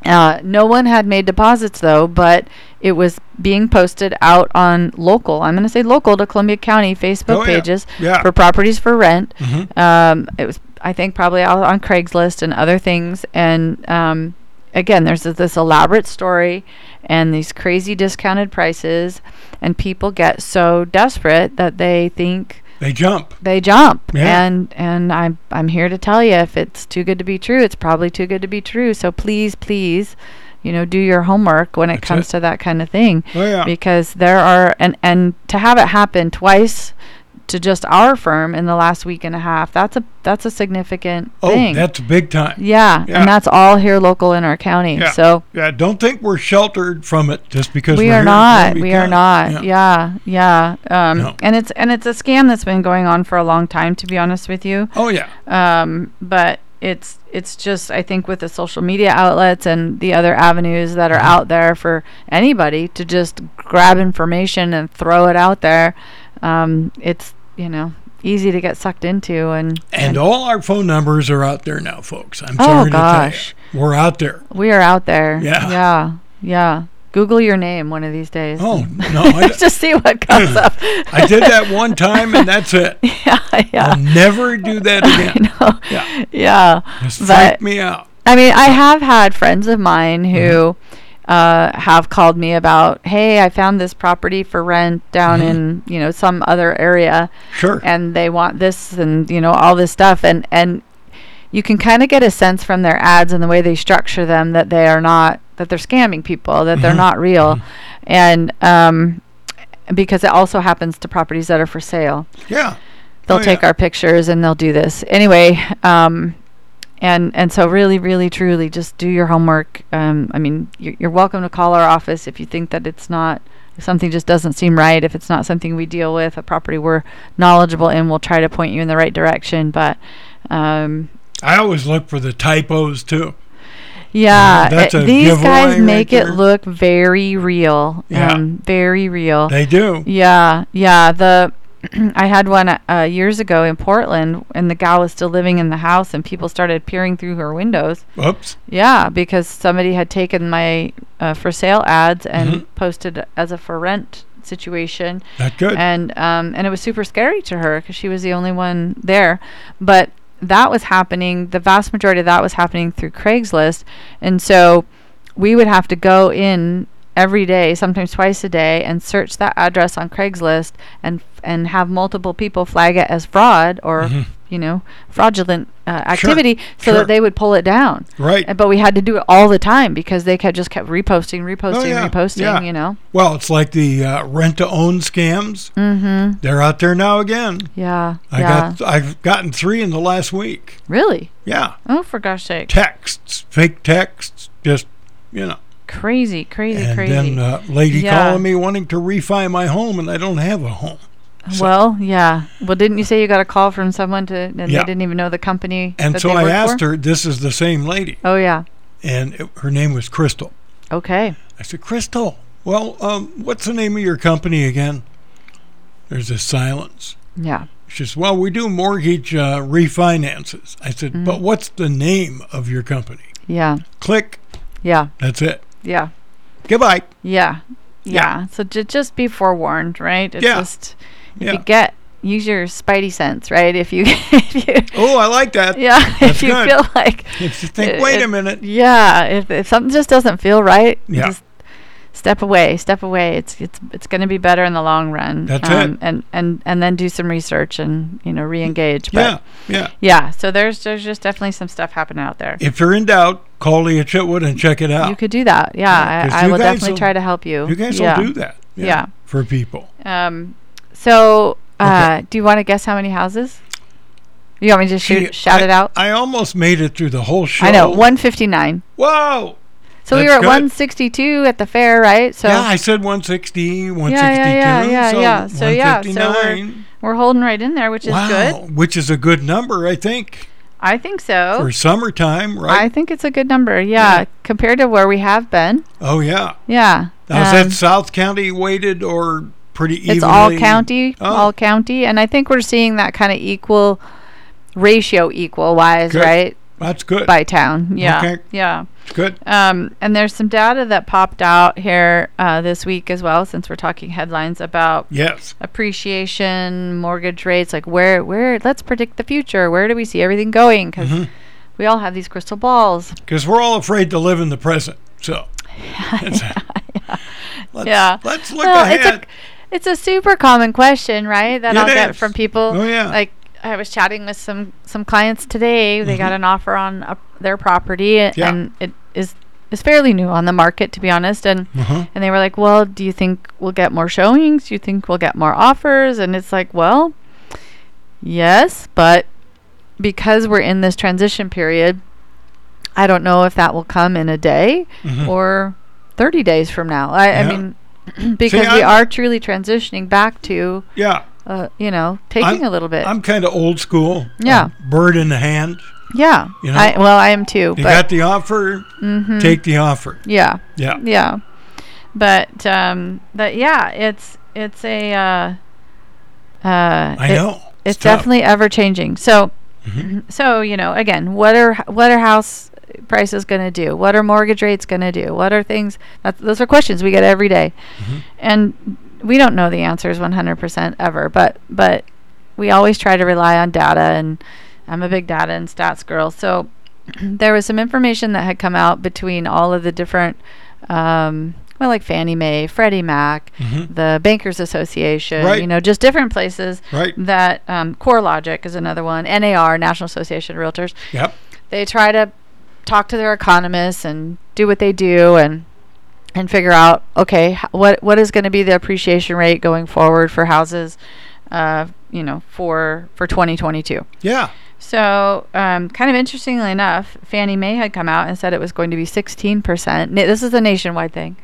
S4: Uh, no one had made deposits though, but it was being posted out on local. I'm going to say local to Columbia County Facebook
S2: Oh, yeah.
S4: pages
S2: Yeah. Mm-hmm.
S4: for properties for rent. Um, it was, I think, probably out on Craigslist and other things. And um, again, there's this, this elaborate story and these crazy discounted prices, and people get so desperate that they think
S2: They jump.
S4: they jump.
S2: Yeah.
S4: And and I'm I'm here to tell you, if it's too good to be true, it's probably too good to be true. So please, please. You know, do your homework when it
S2: That's
S4: comes
S2: it.
S4: to that kind of thing
S2: Oh, yeah.
S4: because there are and and to have it happen twice to just our firm in the last week and a half that's a that's a significant
S2: oh,
S4: thing
S2: that's big time.
S4: yeah,
S2: yeah.
S4: and that's all here local in our county
S2: Yeah.
S4: so
S2: yeah, don't think we're sheltered from it just because
S4: we
S2: we're
S4: are
S2: here
S4: not
S2: in Columbia
S4: we are
S2: County.
S4: not yeah yeah, um
S2: No.
S4: and it's and it's a scam that's been going on for a long time to be honest with you
S2: Oh yeah.
S4: um, but it's it's just I think with the social media outlets and the other avenues that are out there for anybody to just grab information and throw it out there, um, it's you know easy to get sucked into and
S2: And all our phone numbers are out there now, folks. I'm
S4: Oh,
S2: sorry
S4: gosh.
S2: to tell you. We're out there.
S4: we are out there.
S2: Yeah.
S4: yeah, yeah. Google your name one of these days.
S2: Oh, no. I,
S4: just see what comes up.
S2: I did that one time and that's it.
S4: yeah, yeah.
S2: I'll never do that again.
S4: No.
S2: Yeah.
S4: Yeah.
S2: Just
S4: But-
S2: freak me out. Mm-hmm.
S4: I mean, I have had friends of mine who uh, have called me about, hey, I found this property for rent down
S2: Mm-hmm.
S4: in you know some other area,
S2: Sure.
S4: and they want this and you know all this stuff, and and you can kind of get a sense from their ads and the way they structure them that they are not that they're scamming people, that they're not real, and um, because it also happens to properties that are for sale
S2: yeah.
S4: they'll
S2: Oh, yeah.
S4: take our pictures and they'll do this anyway um, and and so really really truly just do your homework um, i mean you're, you're welcome to call our office if you think that it's not if something just doesn't seem right if it's not something we deal with a property we're knowledgeable in we'll try to point you in the right direction but um,
S2: I always look for the typos too.
S4: yeah,
S2: that's
S4: it-
S2: a
S4: these
S2: giveaway
S4: guys
S2: right
S4: make it
S2: there.
S4: look very real
S2: Yeah.
S4: um, very real
S2: They do.
S4: yeah, yeah. The I had one uh, years ago in Portland, and the gal was still living in the house, and people started peering through her windows.
S2: Oops.
S4: Yeah, because somebody had taken my uh, for sale ads and posted as a for rent situation,
S2: Not good.
S4: and um, and it was super scary to her because she was the only one there. But that was happening. The vast majority of that was happening through Craigslist, and so we would have to go in every day, sometimes twice a day, and search that address on Craigslist and and have multiple people flag it as fraud or you know fraudulent uh, activity, so
S2: Mm-hmm. sure.
S4: that they would pull it down.
S2: Right.
S4: Uh, But we had to do it all the time because they kept just kept reposting, reposting,
S2: Oh, yeah,
S4: reposting.
S2: yeah.
S4: You know.
S2: Well, it's like the uh, rent to own scams. Mm-hmm. They're out there now again.
S4: Yeah.
S2: I
S4: yeah.
S2: got I've gotten three in the last week.
S4: really.
S2: Yeah.
S4: Oh, for gosh sake.
S2: Texts, fake texts, just you know.
S4: Crazy, crazy,
S2: and
S4: crazy.
S2: then uh, lady
S4: Yeah.
S2: calling me wanting to refi my home and I don't have a home.
S4: well, yeah. Well, didn't you say you got a call from someone to, and
S2: Yeah.
S4: they didn't even know the company?
S2: And
S4: that
S2: so
S4: they
S2: I
S4: worked
S2: asked
S4: for?
S2: her, this is the same lady,
S4: Oh, yeah.
S2: and it, her name was Crystal.
S4: Okay.
S2: I said, Crystal, well, um, what's the name of your company again? There's a silence.
S4: Yeah.
S2: She says, Well, we do mortgage uh, refinances. I said, But
S4: Mm-hmm.
S2: what's the name of your company?
S4: Yeah.
S2: Click,
S4: Yeah.
S2: that's it.
S4: Yeah.
S2: Goodbye.
S4: Yeah. Yeah. So j- just be forewarned, right? It's
S2: Yeah.
S4: just if
S2: Yeah.
S4: you get use your spidey sense, right? If you, if you
S2: Oh, I like that.
S4: yeah,
S2: That's
S4: if you
S2: good.
S4: feel like
S2: If you think, Wait a
S4: it-
S2: minute.
S4: yeah, if, if something just doesn't feel right,
S2: Yeah.
S4: just step away, step away. It's it's it's going to be better in the long run. Um,
S2: That's it.
S4: And and and then do some research and you know re-engage. But
S2: Yeah, yeah.
S4: yeah. So there's there's just definitely some stuff happening out there.
S2: If you're in doubt, call Leah Chitwood and check it out.
S4: You could do that. Yeah,
S2: Ah. 'cause
S4: I, I
S2: you
S4: will
S2: guys
S4: definitely
S2: will-
S4: try to help you.
S2: You guys
S4: yeah.
S2: will do that.
S4: Yeah.
S2: For people.
S4: Um, so uh, do you want to guess how many houses? You want me to just shoot,
S2: Gee,
S4: shout
S2: I-
S4: it out?
S2: I almost made it through the whole show.
S4: I know 159.
S2: Whoa.
S4: So we
S2: That's
S4: were at
S2: good.
S4: 162 at the fair, right? So
S2: yeah, I said 160, 162.
S4: yeah, yeah,
S2: so
S4: yeah. So, yeah, so we're-
S2: 159.
S4: we're holding right in there, which is good.
S2: wow, which is a good number, I think,
S4: I think so.
S2: for summertime,
S4: I
S2: right?
S4: think it's a good number. Yeah, compared to where we have been.
S2: oh, yeah.
S4: Yeah.
S2: Now, is
S4: Um,
S2: that South County weighted or pretty evenly?
S4: it's all county,
S2: Oh.
S4: all county, and I think we're seeing that kind of equal ratio, equal wise,
S2: Good.
S4: right?
S2: That's good.
S4: By town. Yeah.
S2: Okay.
S4: Yeah.
S2: Good.
S4: Um, and there's some data that popped out here uh, this week as well, since we're talking headlines about
S2: Yes.
S4: appreciation, mortgage rates, like where where let's predict the future. Where do we see everything going? Because we all have these crystal balls.
S2: Because we're all afraid to live in the present. So. Let's,
S4: Yeah.
S2: Let's look
S4: Well,
S2: ahead.
S4: it's a it's a super common question, right? That
S2: It
S4: I'll get
S2: is.
S4: from people.
S2: Oh, yeah.
S4: Like I was chatting with some some clients today. They got an offer on a, their property, a-
S2: Mm-hmm. Yeah.
S4: and it is is fairly new on the market, to be honest. And
S2: Uh-huh.
S4: and they were like, "Well, do you think we'll get more showings? Do you think we'll get more offers?" And it's like, "Well, yes, but because we're in this transition period, I don't know if that will come in a day or 30 days from now. I, I
S2: Mm-hmm. Yeah.
S4: mean, because
S2: See,
S4: we
S2: I'm-
S4: are truly transitioning back to,
S2: yeah.
S4: uh, you know, taking a little bit.
S2: I'm kind of old school.
S4: Yeah.
S2: I'm bird in the hand.
S4: yeah.
S2: you know,
S4: I, well, I am too.
S2: You
S4: but
S2: got the offer.
S3: Mm-hmm.
S2: Take the offer.
S4: yeah.
S2: Yeah.
S4: Yeah. But, um, but yeah, it's, it's a, uh, uh,
S2: I
S4: it-
S2: know.
S4: it's
S2: tough.
S4: definitely ever changing. So, so you know, again, what are what are house prices going to do? What are mortgage rates going to do? What are things? That, those are questions we get every day. and we don't know the answers 100% ever. But but we always try to rely on data, and I'm a big data and stats girl. So there was some information that had come out between all of the different
S3: um, well, like Fannie Mae, Freddie Mac, the Bankers Association,
S2: Right.
S3: you know, just different places
S2: Right.
S3: that um, CoreLogic is another one, NAR, National Association of Realtors.
S2: Yep.
S3: They try to talk to their economists and do what they do and and figure out okay h- what what is going to be the appreciation rate going forward for houses, uh, you know, for for 2022.
S2: Yeah.
S3: So, um, kind of interestingly enough, Fannie Mae had come out and said it was going to be 16%. Na- This is a nationwide thing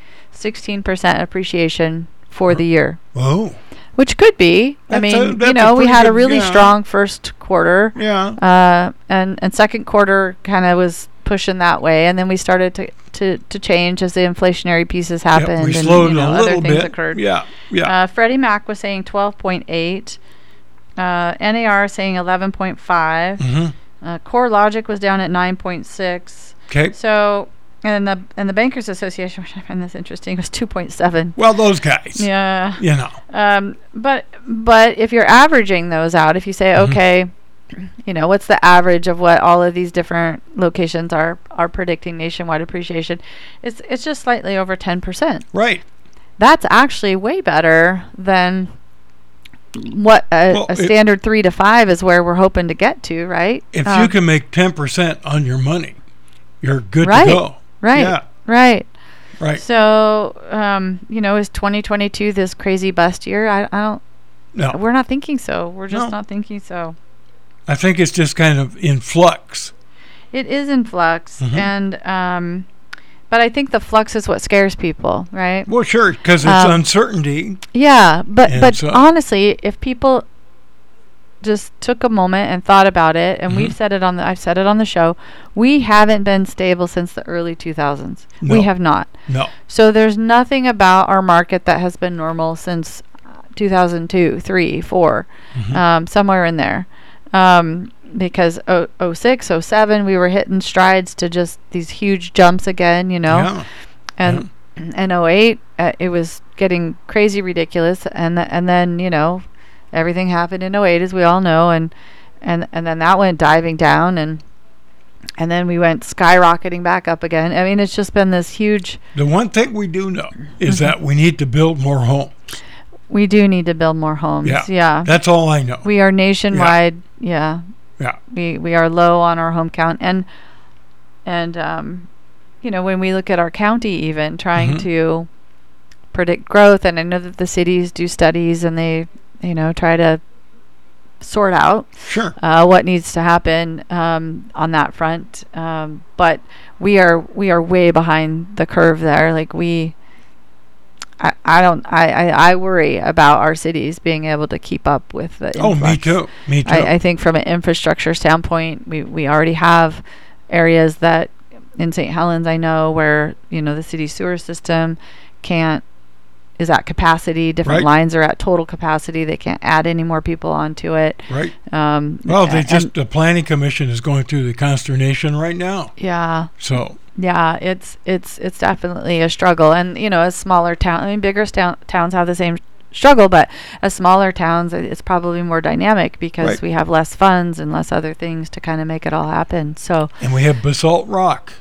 S3: 16% appreciation for the year,
S2: Oh.
S3: which could be. I
S2: That's a-
S3: mean,
S2: that's a
S3: you know, we
S2: pretty
S3: had a
S2: good-
S3: really
S2: yeah.
S3: strong first quarter.
S2: Yeah.
S3: Uh, and, and second quarter kind of was pushing that way. And then we started to, to, to change as the inflationary pieces
S2: Yep,
S3: happened
S2: we
S3: and
S2: slowed
S3: you know,
S2: a
S3: other
S2: little
S3: things
S2: bit.
S3: occurred.
S2: Yeah. Yeah.
S3: Uh, Freddie Mac was saying 12.8. Uh, NAR is saying 11.5. Uh, Core Logic was down at 9.6.
S2: Okay.
S3: So, and the and the Bankers Association, which I find this interesting, was 2.7.
S2: Well, those guys.
S3: Yeah.
S2: You know.
S3: Um, but but if you're averaging those out, if you say okay, you know what's the average of what all of these different locations are are predicting nationwide appreciation, it's it's just slightly over 10 percent
S2: Right.
S3: that's actually way better than what a,
S2: Well,
S3: a
S2: it-
S3: standard three to five is where we're hoping to get to, right?
S2: If
S3: Uh,
S2: you can make ten percent on your money, you're good
S3: Right.
S2: to go.
S3: right,
S2: Yeah.
S3: right.
S2: Right.
S3: So, um, you know, is 2022 this crazy bust year? I, I don't.
S2: No.
S3: We're not thinking so. We're just
S2: No.
S3: not thinking so.
S2: I think it's just kind of in flux.
S3: It is in flux,
S2: Mm-hmm.
S3: and um, but I think the flux is what scares people, right?
S2: Well, sure, because it's
S3: Um,
S2: uncertainty.
S3: Yeah, uh, but
S2: And
S3: but
S2: so-
S3: honestly, if people just took a moment and thought about it, and
S2: Mm-hmm.
S3: we've said it on the I've said it on the show, we haven't been stable since the early 2000s. We
S2: No.
S3: have not.
S2: No.
S3: So there's nothing about our market that has been normal since uh, 2002, 3, 4,
S2: Mm-hmm.
S3: um, somewhere in there. Um, because o- 06, 07, we were hitting strides to just these huge jumps again, you know
S2: Yeah.
S3: and and 08 uh, it was getting crazy ridiculous and th- and then you know everything happened in 08 as we all know and and and then that went diving down and and then we went skyrocketing back up again i mean it's just been this huge
S2: The one thing we do know is
S3: Mm-hmm.
S2: that we need to build more homes.
S3: we do need to build more homes
S2: Yeah.
S3: yeah,
S2: That's all I know.
S3: we are nationwide yeah
S2: yeah.
S3: we we are low on our home count and and um you know when we look at our county even trying to predict growth and I know that the cities do studies and they you know try to sort out
S2: Sure.
S3: uh, what needs to happen um, on that front um, but we are we are way behind the curve there like we I, I don't I, I, I worry about our cities being able to keep up with the
S2: oh, me
S3: influx.
S2: too. Me too.
S3: I, I think from an infrastructure standpoint, we, we already have areas that in St. Helens, I know where, you know, the city sewer system can't, is at capacity. Different
S2: Right.
S3: lines are at total capacity. They can't add any more people onto it.
S2: right.
S3: Um,
S2: Well, they
S3: and-
S2: just the planning commission is going through the consternation right now.
S3: yeah.
S2: So
S3: Yeah, it's it's it's definitely a struggle, and you know, a smaller town. I mean, bigger town, towns have the same struggle, but a smaller towns, it- it's probably more dynamic because
S2: Right.
S3: we have less funds and less other things to kind of make it all happen. So
S2: and we have basalt rock.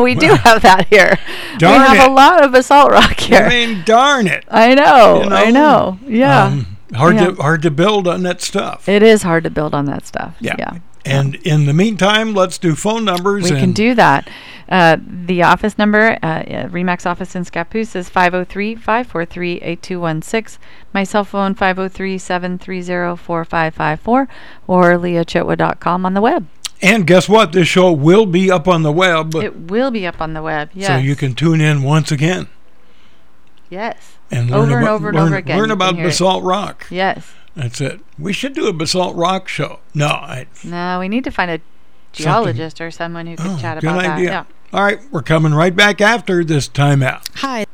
S3: we do have that here.
S2: Darn
S3: we
S2: it.
S3: have a lot of basalt rock here.
S2: I mean, darn it.
S3: I know,
S2: You
S3: I
S2: know,
S3: know. Yeah,
S2: Um, hard
S3: Yeah.
S2: to hard to build on that stuff.
S3: it is hard to build on that stuff.
S2: yeah.
S3: yeah.
S2: And in the meantime, let's do phone numbers.
S3: We
S2: and
S3: can do that. Uh, the office number, uh, uh, Remax office in Scappoose is 503-543-8216. My cell phone, 503-730-4554 or leahchitwood.com on the web.
S2: And guess what? This show will be up on the web,
S3: It will be up on the web. Yes.
S2: so you can tune in once again
S3: Yes.
S2: and learn
S3: over and
S2: about
S3: over and
S2: learn,
S3: over again.
S2: learn
S3: you can
S2: about
S3: hear it.
S2: basalt rock.
S3: Yes.
S2: That's it. We should do a basalt rock show. No, I,
S3: No, we need to find a geologist or someone who can
S2: oh,
S3: chat
S2: good
S3: about
S2: idea.
S3: that. Yeah.
S2: All right, we're coming right back after this timeout.
S4: Hi.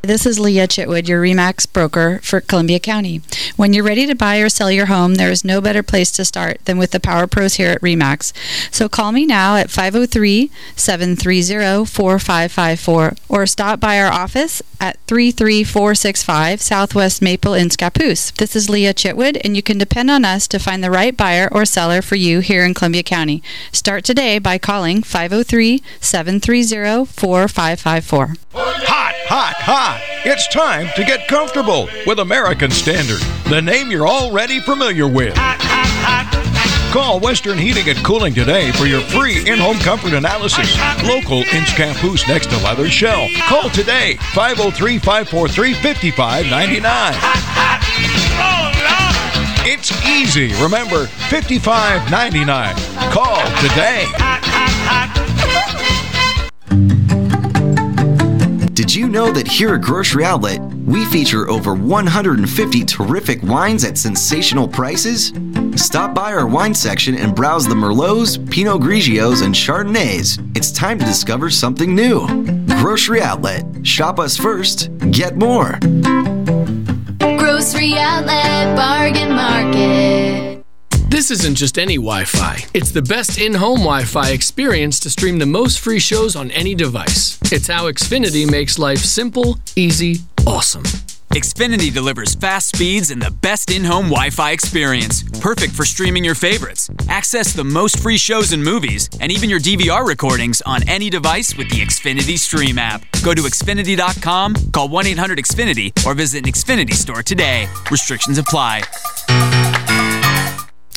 S4: This is Leah Chitwood, your REMAX broker for Columbia County. When you're ready to buy or sell your home, there is no better place to start than with the Power Pros here at REMAX. So call me now at 503 730 4554 or stop by our office at 33465 Southwest Maple in Scappoose. This is Leah Chitwood, and you can depend on us to find the right buyer or seller for you here in Columbia County. Start today by calling 503 730 4554.
S1: Hot, hot, hot. It's time to get comfortable with American Standard, the name you're already familiar with. Call Western Heating and Cooling today for your free in-home comfort analysis. Local in Scappoose next to Leather Shell. Call today, 503-543-5599. It's easy. Remember, 5599. Call today.
S5: Did you know that here at Grocery Outlet, we feature over 150 terrific wines at sensational prices? Stop by our wine section and browse the Merlots, Pinot Grigios, and Chardonnays. It's time to discover something new. Grocery Outlet. Shop us first, get more.
S6: Grocery Outlet Bargain Market.
S7: This isn't just any Wi Fi. It's the best in home Wi Fi experience to stream the most free shows on any device. It's how Xfinity makes life simple, easy, awesome.
S8: Xfinity delivers fast speeds and the best in home Wi Fi experience, perfect for streaming your favorites. Access the most free shows and movies, and even your DVR recordings on any device with the Xfinity Stream app. Go to Xfinity.com, call 1 800 Xfinity, or visit an Xfinity store today. Restrictions apply.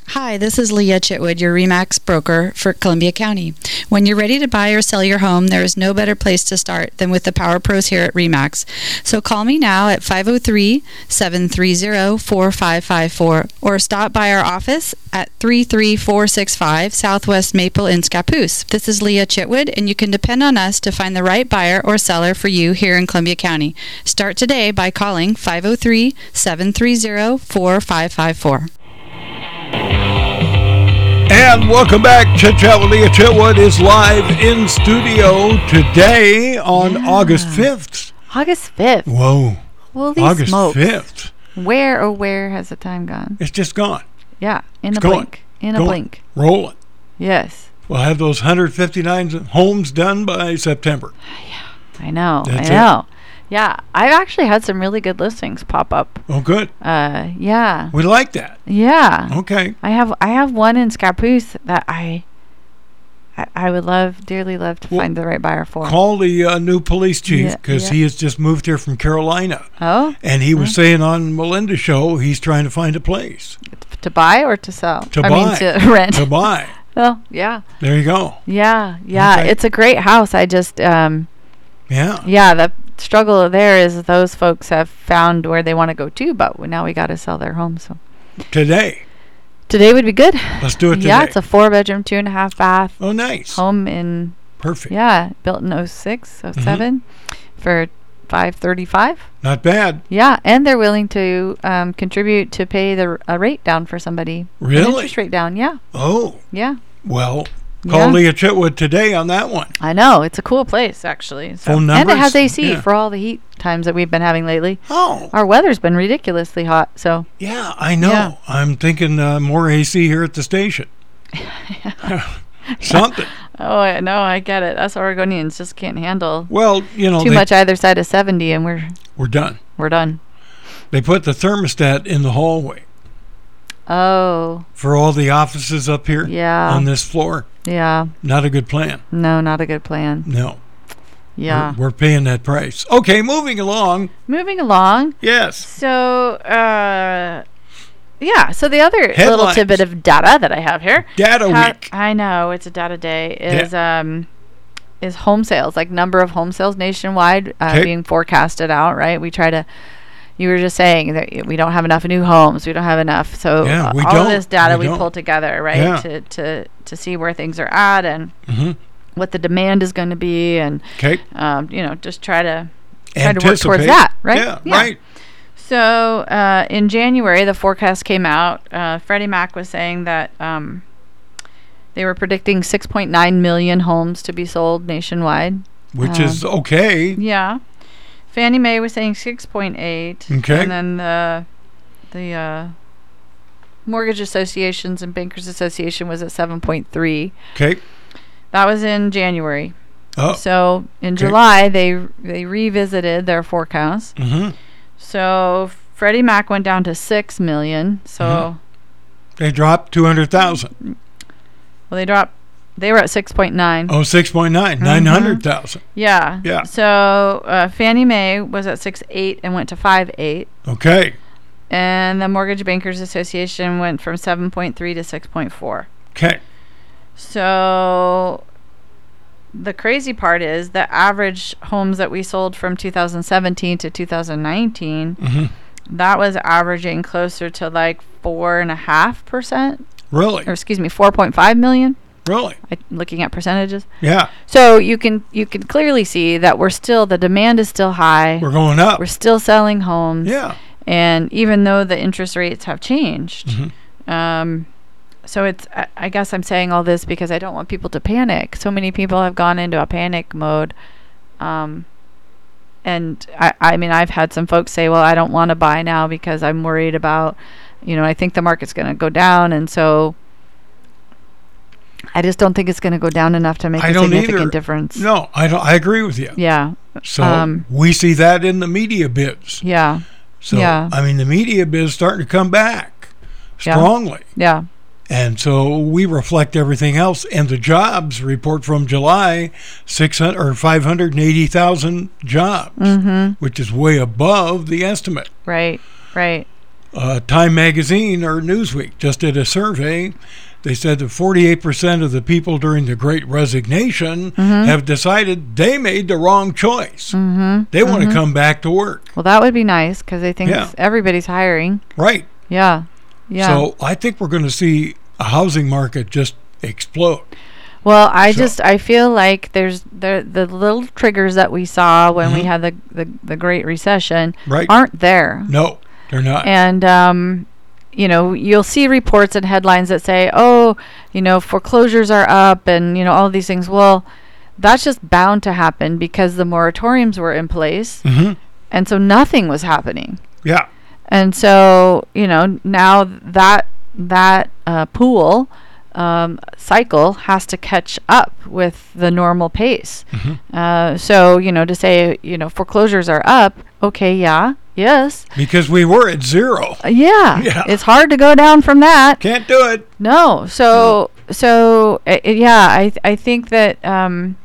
S4: Hi, this is Leah Chitwood, your REMAX broker for Columbia County. When you're ready to buy or sell your home, there is no better place to start than with the Power Pros here at REMAX. So call me now at 503 730 4554 or stop by our office at 33465 Southwest Maple in Scappoose. This is Leah Chitwood, and you can depend on us to find the right buyer or seller for you here in Columbia County. Start today by calling 503 730 4554.
S1: And welcome back. Chit Chat with Leah Chitwood is live in studio today on August 5th.
S3: August 5th.
S2: Whoa.
S3: Holy
S2: August
S3: smokes.
S2: 5th.
S3: Where, oh, where has the time gone?
S2: It's just gone.
S3: Yeah, in a
S2: gone.
S3: blink. In a
S2: Gone.
S3: blink.
S2: Roll it.
S3: Yes,
S2: We'll have those 159 homes done by September.
S3: I know.
S2: That's it.
S3: I know. Yeah, I've actually had some really good listings pop up.
S2: Oh, good.
S3: Uh, yeah,
S2: We like that.
S3: yeah.
S2: Okay.
S3: I have I have one in Scappoose that I I, I would love dearly love to
S2: Well,
S3: find the right buyer for.
S2: Call the uh, new police chief
S3: Yeah,
S2: because
S3: yeah.
S2: he has just moved here from Carolina.
S3: oh,
S2: And he was saying on Melinda's show he's trying to find a place
S3: to buy or to sell?
S2: to buy.
S3: I mean to rent.
S2: To buy.
S3: well, yeah,
S2: There you go.
S3: yeah, yeah.
S2: Okay.
S3: It's a great house. I just um
S2: Yeah.
S3: yeah the struggle there is those folks have found where they want to go to, but now we got to sell their home. So
S2: Today.
S3: today would be good.
S2: Let's do it today.
S3: Yeah, it's a four bedroom, two and a half bath
S2: oh, nice.
S3: home in
S2: Perfect.
S3: yeah built in 06, 07
S2: Mm-hmm.
S3: for five thirty five.
S2: Not bad.
S3: Yeah, and they're willing to um, contribute to pay the r- a rate down for somebody. An
S2: Really?
S3: interest rate down. Yeah,
S2: Oh,
S3: yeah.
S2: well, call
S3: Yeah.
S2: Leah Chitwood today on that one.
S3: I know it's a cool place actually. So.
S2: Phone
S3: And it has
S2: numbers?
S3: AC
S2: Yeah.
S3: for all the heat times that we've been having lately.
S2: Oh,
S3: Our weather's been ridiculously hot, so
S2: yeah, I know.
S3: Yeah.
S2: I'm thinking uh, more AC here at the station. Something.
S3: oh I know I get it. Us Oregonians just can't handle
S2: Well, you know,
S3: too
S2: they,
S3: much either side of seventy, and we're
S2: we're done.
S3: we're done.
S2: They put the thermostat in the hallway
S3: Oh
S2: for all the offices up here
S3: Yeah.
S2: on this floor.
S3: yeah,
S2: Not a good plan.
S3: no, not a good plan.
S2: No.
S3: Yeah,
S2: We're, we're paying that price. Okay, moving along.
S3: moving along.
S2: Yes.
S3: So, uh, yeah. So the other little
S2: Headlines.
S3: tidbit of data that I have here.
S2: Data
S3: How-
S2: week.
S3: I know it's a data day. Is um, is home sales like number of home sales nationwide uh,
S2: 'Kay.
S3: being forecasted out? Right. We try to. You were just saying that y- we don't have enough new homes. We don't have enough. So
S2: Yeah,
S3: uh,
S2: we
S3: all
S2: don't.
S3: of this data
S2: We
S3: we,
S2: don't.
S3: pull together, right,
S2: Yeah. Mm-hmm.
S3: to, to to see where things are at and what the demand is going to be, and
S2: Okay.
S3: um, you know, just try to try to work
S2: Anticipate.
S3: towards that, right?
S2: Yeah, right.
S3: So uh, in January, the forecast came out. Uh, Freddie Mac was saying that um, they were predicting 6.9 million homes to be sold nationwide.
S2: Which is okay.
S3: Yeah. Fannie Mae was saying 6.8.
S2: Okay.
S3: And then the the uh, mortgage associations and bankers association was at 7.3.
S2: Okay.
S3: That was in January.
S2: Oh.
S3: So in
S2: okay.
S3: July they they revisited their forecast.
S2: mhm.
S3: So Freddie Mac went down to 6 million. So
S2: Mm-hmm. They dropped 200,000.
S3: well they dropped they were at 6.9.
S2: Oh, 6.9,
S3: Mm-hmm.
S2: 900,000.
S3: Yeah.
S2: Yeah.
S3: So uh, Fannie Mae was at six eight and went to five eight,
S2: Okay.
S3: and the Mortgage Bankers Association went from seven point three to six point four.
S2: Okay.
S3: So the crazy part is the average homes that we sold from 2017 to 2019
S2: Mm-hmm.
S3: that was averaging closer to like four and a half percent,
S2: Really?
S3: or excuse me, four point five million.
S2: Really?
S3: I, looking at percentages,
S2: Yeah.
S3: so you can you can clearly see that we're still the demand is still high.
S2: We're going up.
S3: we're still selling homes.
S2: yeah.
S3: And even though the interest rates have changed,
S2: Mm-hmm.
S3: um, so it's, I, I guess I'm saying all this because I don't want people to panic. So many people have gone into a panic mode. Um, and I, I mean, I've had some folks say, well, I don't want to buy now because I'm worried about, you know, I think the market's going to go down. And so I just don't think it's going to go down enough to make
S2: I
S3: a
S2: don't
S3: significant
S2: either.
S3: difference.
S2: No, I don't, I agree with you.
S3: Yeah.
S2: So
S3: um,
S2: we see that in the media biz.
S3: Yeah.
S2: So
S3: yeah.
S2: I mean, the media biz starting to come back
S3: Yeah.
S2: strongly,
S3: Yeah.
S2: and so we reflect everything else. And the jobs report from July, six hundred or five hundred and eighty thousand jobs, which is way above the estimate.
S3: Right. Right.
S2: uh, Time Magazine or Newsweek just did a survey. They said that 48% of the people during the Great Resignation have decided they made the wrong choice. Mm-hmm. They want to come back to work.
S3: Well, that would be nice because I think
S2: Yeah.
S3: everybody's hiring.
S2: Right.
S3: Yeah. Yeah.
S2: So I think we're going to see a housing market just explode.
S3: well, I
S2: so-
S3: just I feel like there's the the little triggers that we saw when we had the, the the Great Recession
S2: Mm-hmm. Right.
S3: aren't there.
S2: No, they're not.
S3: And um, you know, you'll see reports and headlines that say, "Oh, you know, foreclosures are up," and you know all these things. Well, that's just bound to happen because the moratoriums were in place,
S2: Mm-hmm.
S3: and so nothing was happening.
S2: yeah.
S3: And so, you know, now that that uh, pool um, cycle has to catch up with the normal pace. Uh, so, you know, to say, you know, foreclosures are up. Okay, yeah, yes,
S2: Because we were at zero.
S3: uh, yeah.
S2: Yeah.
S3: It's hard to go down from that.
S2: Can't do it.
S3: No. So so uh, uh, yeah, I th- I think that um,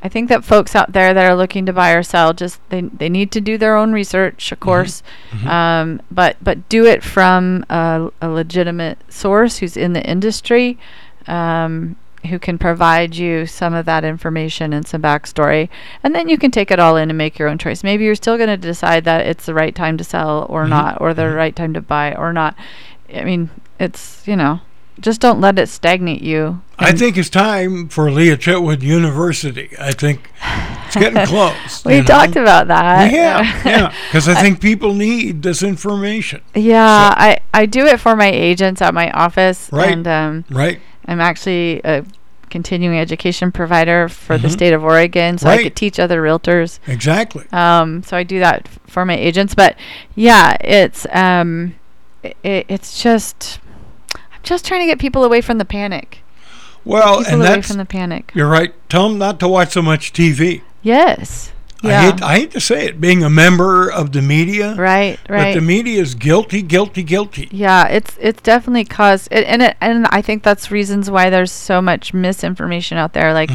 S3: I think that folks out there that are looking to buy or sell just they they need to do their own research, of course, Um, but but do it from a, a legitimate source who's in the industry. Um, who can provide you some of that information and some backstory and then you can take it all in and make your own choice maybe you're still going to decide that it's the right time to sell or not or the right time to buy or not i mean it's you know just don't let it stagnate you
S2: I think it's time for Leah Chetwood University. I think it's getting close.
S3: we
S2: you know?
S3: talked about that
S2: Yeah, yeah. Because I think people need this information,
S3: yeah i i do it for my agents at my office
S2: Right.
S3: and um
S2: right?
S3: i'm actually a continuing education provider for the state of oregon so i
S2: Mm-hmm. Right.
S3: could teach other realtors
S2: Exactly.
S3: Um, so I do that f- for my agents, but yeah, it's um, i i- it's just I'm just trying to get people away from the panic.
S2: Well,
S3: People
S2: Oh, and
S3: away
S2: that's
S3: from the panic.
S2: you're right. Tell them not to watch so much TV.
S3: Yes.
S2: I
S3: Yeah.
S2: hate I hate to say it, being a member of the media,
S3: right.
S2: but
S3: Right.
S2: the media is guilty, guilty, guilty.
S3: yeah, it's it's definitely caused, it, and it, and I think that's reasons why there's so much misinformation out there. Like,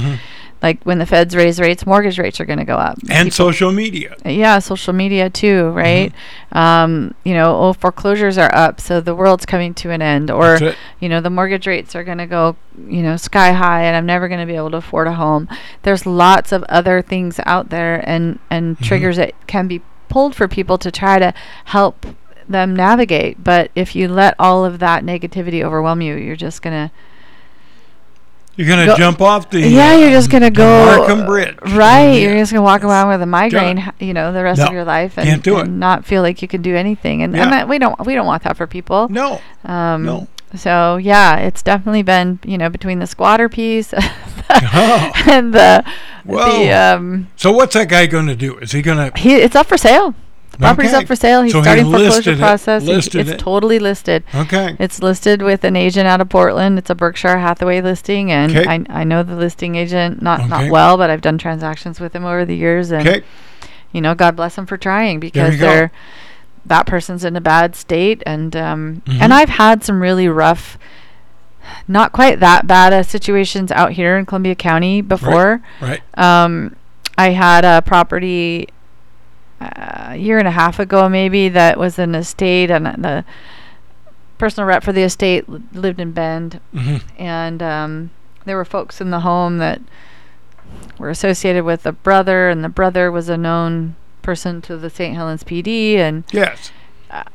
S3: like when the feds raise rates, mortgage rates are going to go up.
S2: And social media,
S3: yeah social media too
S2: Mm-hmm.
S3: right um, you know oh foreclosures are up so the world's coming to an end or
S2: That's it.
S3: you know the mortgage rates are going to go you know sky high and i'm never going to be able to afford a home there's lots of other things out there and and
S2: Mm-hmm.
S3: triggers that can be pulled for people to try to help them navigate but if you let all of that negativity overwhelm you you're just going to
S2: you're gonna
S3: Go-
S2: jump off the
S3: yeah, you're just gonna go
S2: Markham Bridge,
S3: right?
S2: Yeah.
S3: You're just gonna walk around with a migraine,
S2: Done.
S3: h- you know, the rest
S2: No,
S3: of your life, and,
S2: can't do
S3: and
S2: it.
S3: not feel like you can do anything. And,
S2: Yeah.
S3: and that, we don't we don't want that for people.
S2: No,
S3: um,
S2: no.
S3: So yeah, it's definitely been you know between the squatter piece, and the
S2: Whoa.
S3: the um
S2: So what's that guy going to do? Is he going to?
S3: he it's up for sale. The property's
S2: Okay.
S3: up for sale. He's
S2: So he
S3: starting
S2: listed
S3: foreclosure
S2: it,
S3: process. He-
S2: listed
S3: it's
S2: it.
S3: totally listed.
S2: Okay.
S3: It's listed with an agent out of Portland. It's a Berkshire Hathaway listing, and
S2: Okay.
S3: I, I know the listing agent not
S2: Okay.
S3: not well, but I've done transactions with him over the years, and
S2: Okay.
S3: you know, God bless them for trying because
S2: you go.
S3: they're that person's in a bad state, and um,
S2: Mm-hmm.
S3: and I've had some really rough, not quite that bad uh, situations out here in Columbia County before.
S2: Right.
S3: Um, I had a property uh, a year and a half ago, maybe, that was an estate, and the personal rep for the estate li- lived in Bend. And um, there were folks in the home that were associated with the brother, and the brother was a known person to the St. Helens PD. And
S2: Yes.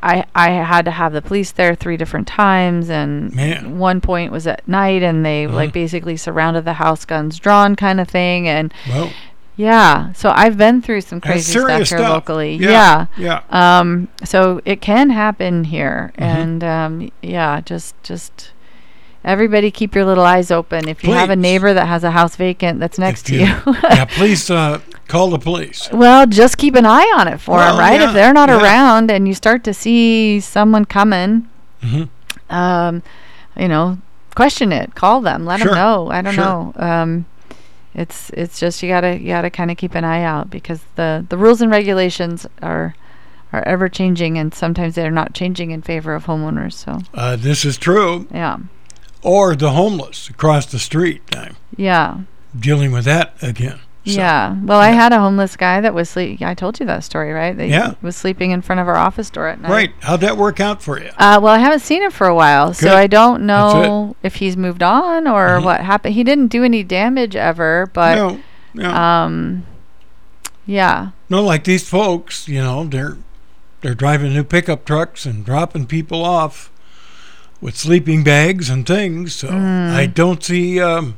S3: I, I had to have the police there three different times. And
S2: Man.
S3: one point was at night, and they like basically surrounded the house, guns drawn, kind of thing. And
S2: Well,
S3: yeah. So I've been through some
S2: that's
S3: crazy stuff here
S2: serious stuff.
S3: locally.
S2: Yeah. Yeah.
S3: Um, so it can happen here,
S2: Mm-hmm.
S3: and um, yeah, just just everybody keep your little eyes open. If you have a
S2: Please.
S3: neighbor that has a house vacant that's next
S2: If
S3: to you,
S2: yeah. Please uh, call the police.
S3: well, just keep an eye on it for
S2: Well,
S3: them, right?
S2: yeah,
S3: If they're not
S2: yeah.
S3: around and you start to see someone coming,
S2: Mm-hmm.
S3: um, you know, question it, call them, let
S2: Sure,
S3: them know. I don't
S2: sure.
S3: know. Um, it's it's just you gotta you gotta kind of keep an eye out because the the rules and regulations are are ever changing and sometimes they're not changing in favor of homeowners. So
S2: Uh, this is true.
S3: yeah,
S2: Or the homeless across the street. I'm
S3: yeah.
S2: dealing with that again. So,
S3: yeah. Well, I had a homeless guy that was sleep. I told you that story, right? That he
S2: Yeah.
S3: Was sleeping in front of our office door at night.
S2: Right. How'd that work out for you?
S3: Uh, well, I haven't seen him for a while,
S2: Good.
S3: so I don't
S2: That's it. Uh-huh.
S3: know if he's moved on or what happened. He didn't do any damage ever, but
S2: no. No.
S3: um, yeah,
S2: No, like these folks, you know, they're they're driving new pickup trucks and dropping people off with sleeping bags and things. So
S3: Hmm.
S2: I don't see um,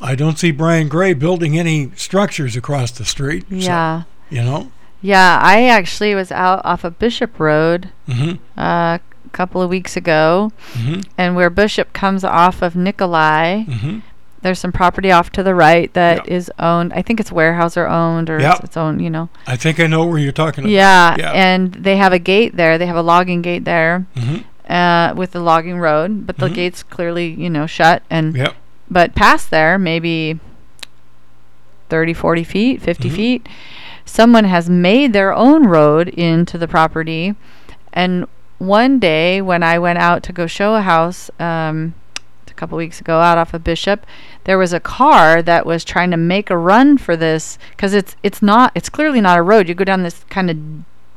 S2: I don't see Brian Gray building any structures across the street. So,
S3: yeah,
S2: you know,
S3: yeah. I actually was out off of Bishop Road
S2: Mhm.
S3: uh, a couple of weeks ago,
S2: mm-hmm,
S3: and where Bishop comes off of Nikolai. There's some property off to the right that is
S2: Yeah.
S3: owned. I think it's Warehouser owned or
S2: Yep.
S3: it's owned, you know.
S2: I think I know where you're talking about.
S3: Yeah,
S2: Yeah.
S3: and they have a gate there. They have a logging gate there
S2: Mm-hmm.
S3: uh, with the logging road, but the gate's clearly you know shut. And
S2: Yep.
S3: but past there, maybe 30, 40 feet, 50 feet, someone has made their own road into the property. And one day when I went out to go show a house. Um, a couple weeks ago out off of Bishop, there was a car that was trying to make a run for this because it's it's not it's clearly not a road. You go down this kind of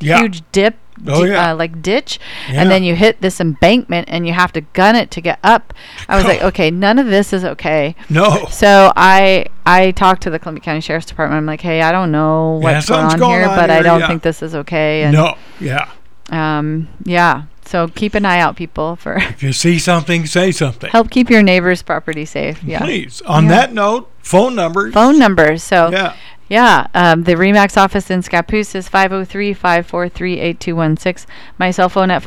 S2: Yeah.
S3: huge dip.
S2: Oh,
S3: di-
S2: yeah.
S3: uh, like ditch,
S2: Yeah.
S3: and then you hit this embankment, and you have to gun it to get up. I was like, okay, none of this is okay.
S2: No.
S3: So I I talked to the Columbia County Sheriff's Department. I'm like, hey, I don't know
S2: Yeah,
S3: what's going
S2: something's
S3: on
S2: going
S3: here,
S2: on
S3: but I
S2: here,
S3: don't
S2: yeah.
S3: think this is okay. And
S2: No. Yeah.
S3: um, yeah, so keep an eye out, people, for
S2: If you see something, say something.
S3: help keep your neighbor's property safe. Yeah.
S2: Please. On that note, phone numbers.
S3: phone numbers. So
S2: Yeah.
S3: yeah, um, the Remax office in Scappoose is 503-543-8216. My cell phone at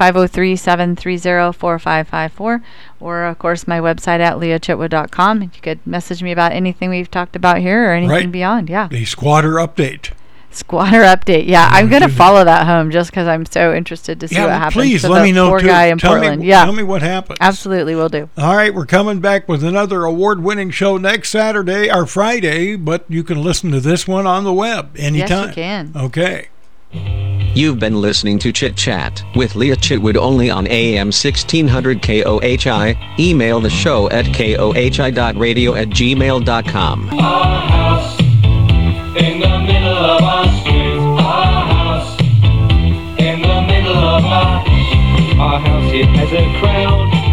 S3: 503-730-4554 or of course my website at leochitwood.com. You could message me about anything we've talked about here or anything
S2: Right.
S3: beyond. Yeah.
S2: The squatter update.
S3: Squatter update. Yeah, I'm going to
S2: do that.
S3: follow that home just cuz I'm so interested to see
S2: yeah.
S3: what happens
S2: please
S3: to
S2: let
S3: the
S2: me know
S3: poor
S2: too.
S3: guy in
S2: tell
S3: Portland.
S2: me.
S3: yeah.
S2: Tell me what happened.
S3: Absolutely will do.
S2: All right, we're coming back with another award winning show next Saturday or Friday, but you can listen to this one on the web anytime.
S3: can.
S2: Okay.
S12: You've been listening to Chit Chat with Leah Chitwood only on AM 1600 KOHI. Email the show at kohi.radio at gmail.com.
S13: Our house in the middle of our street. Our house in the middle of our. Our house it has a crown.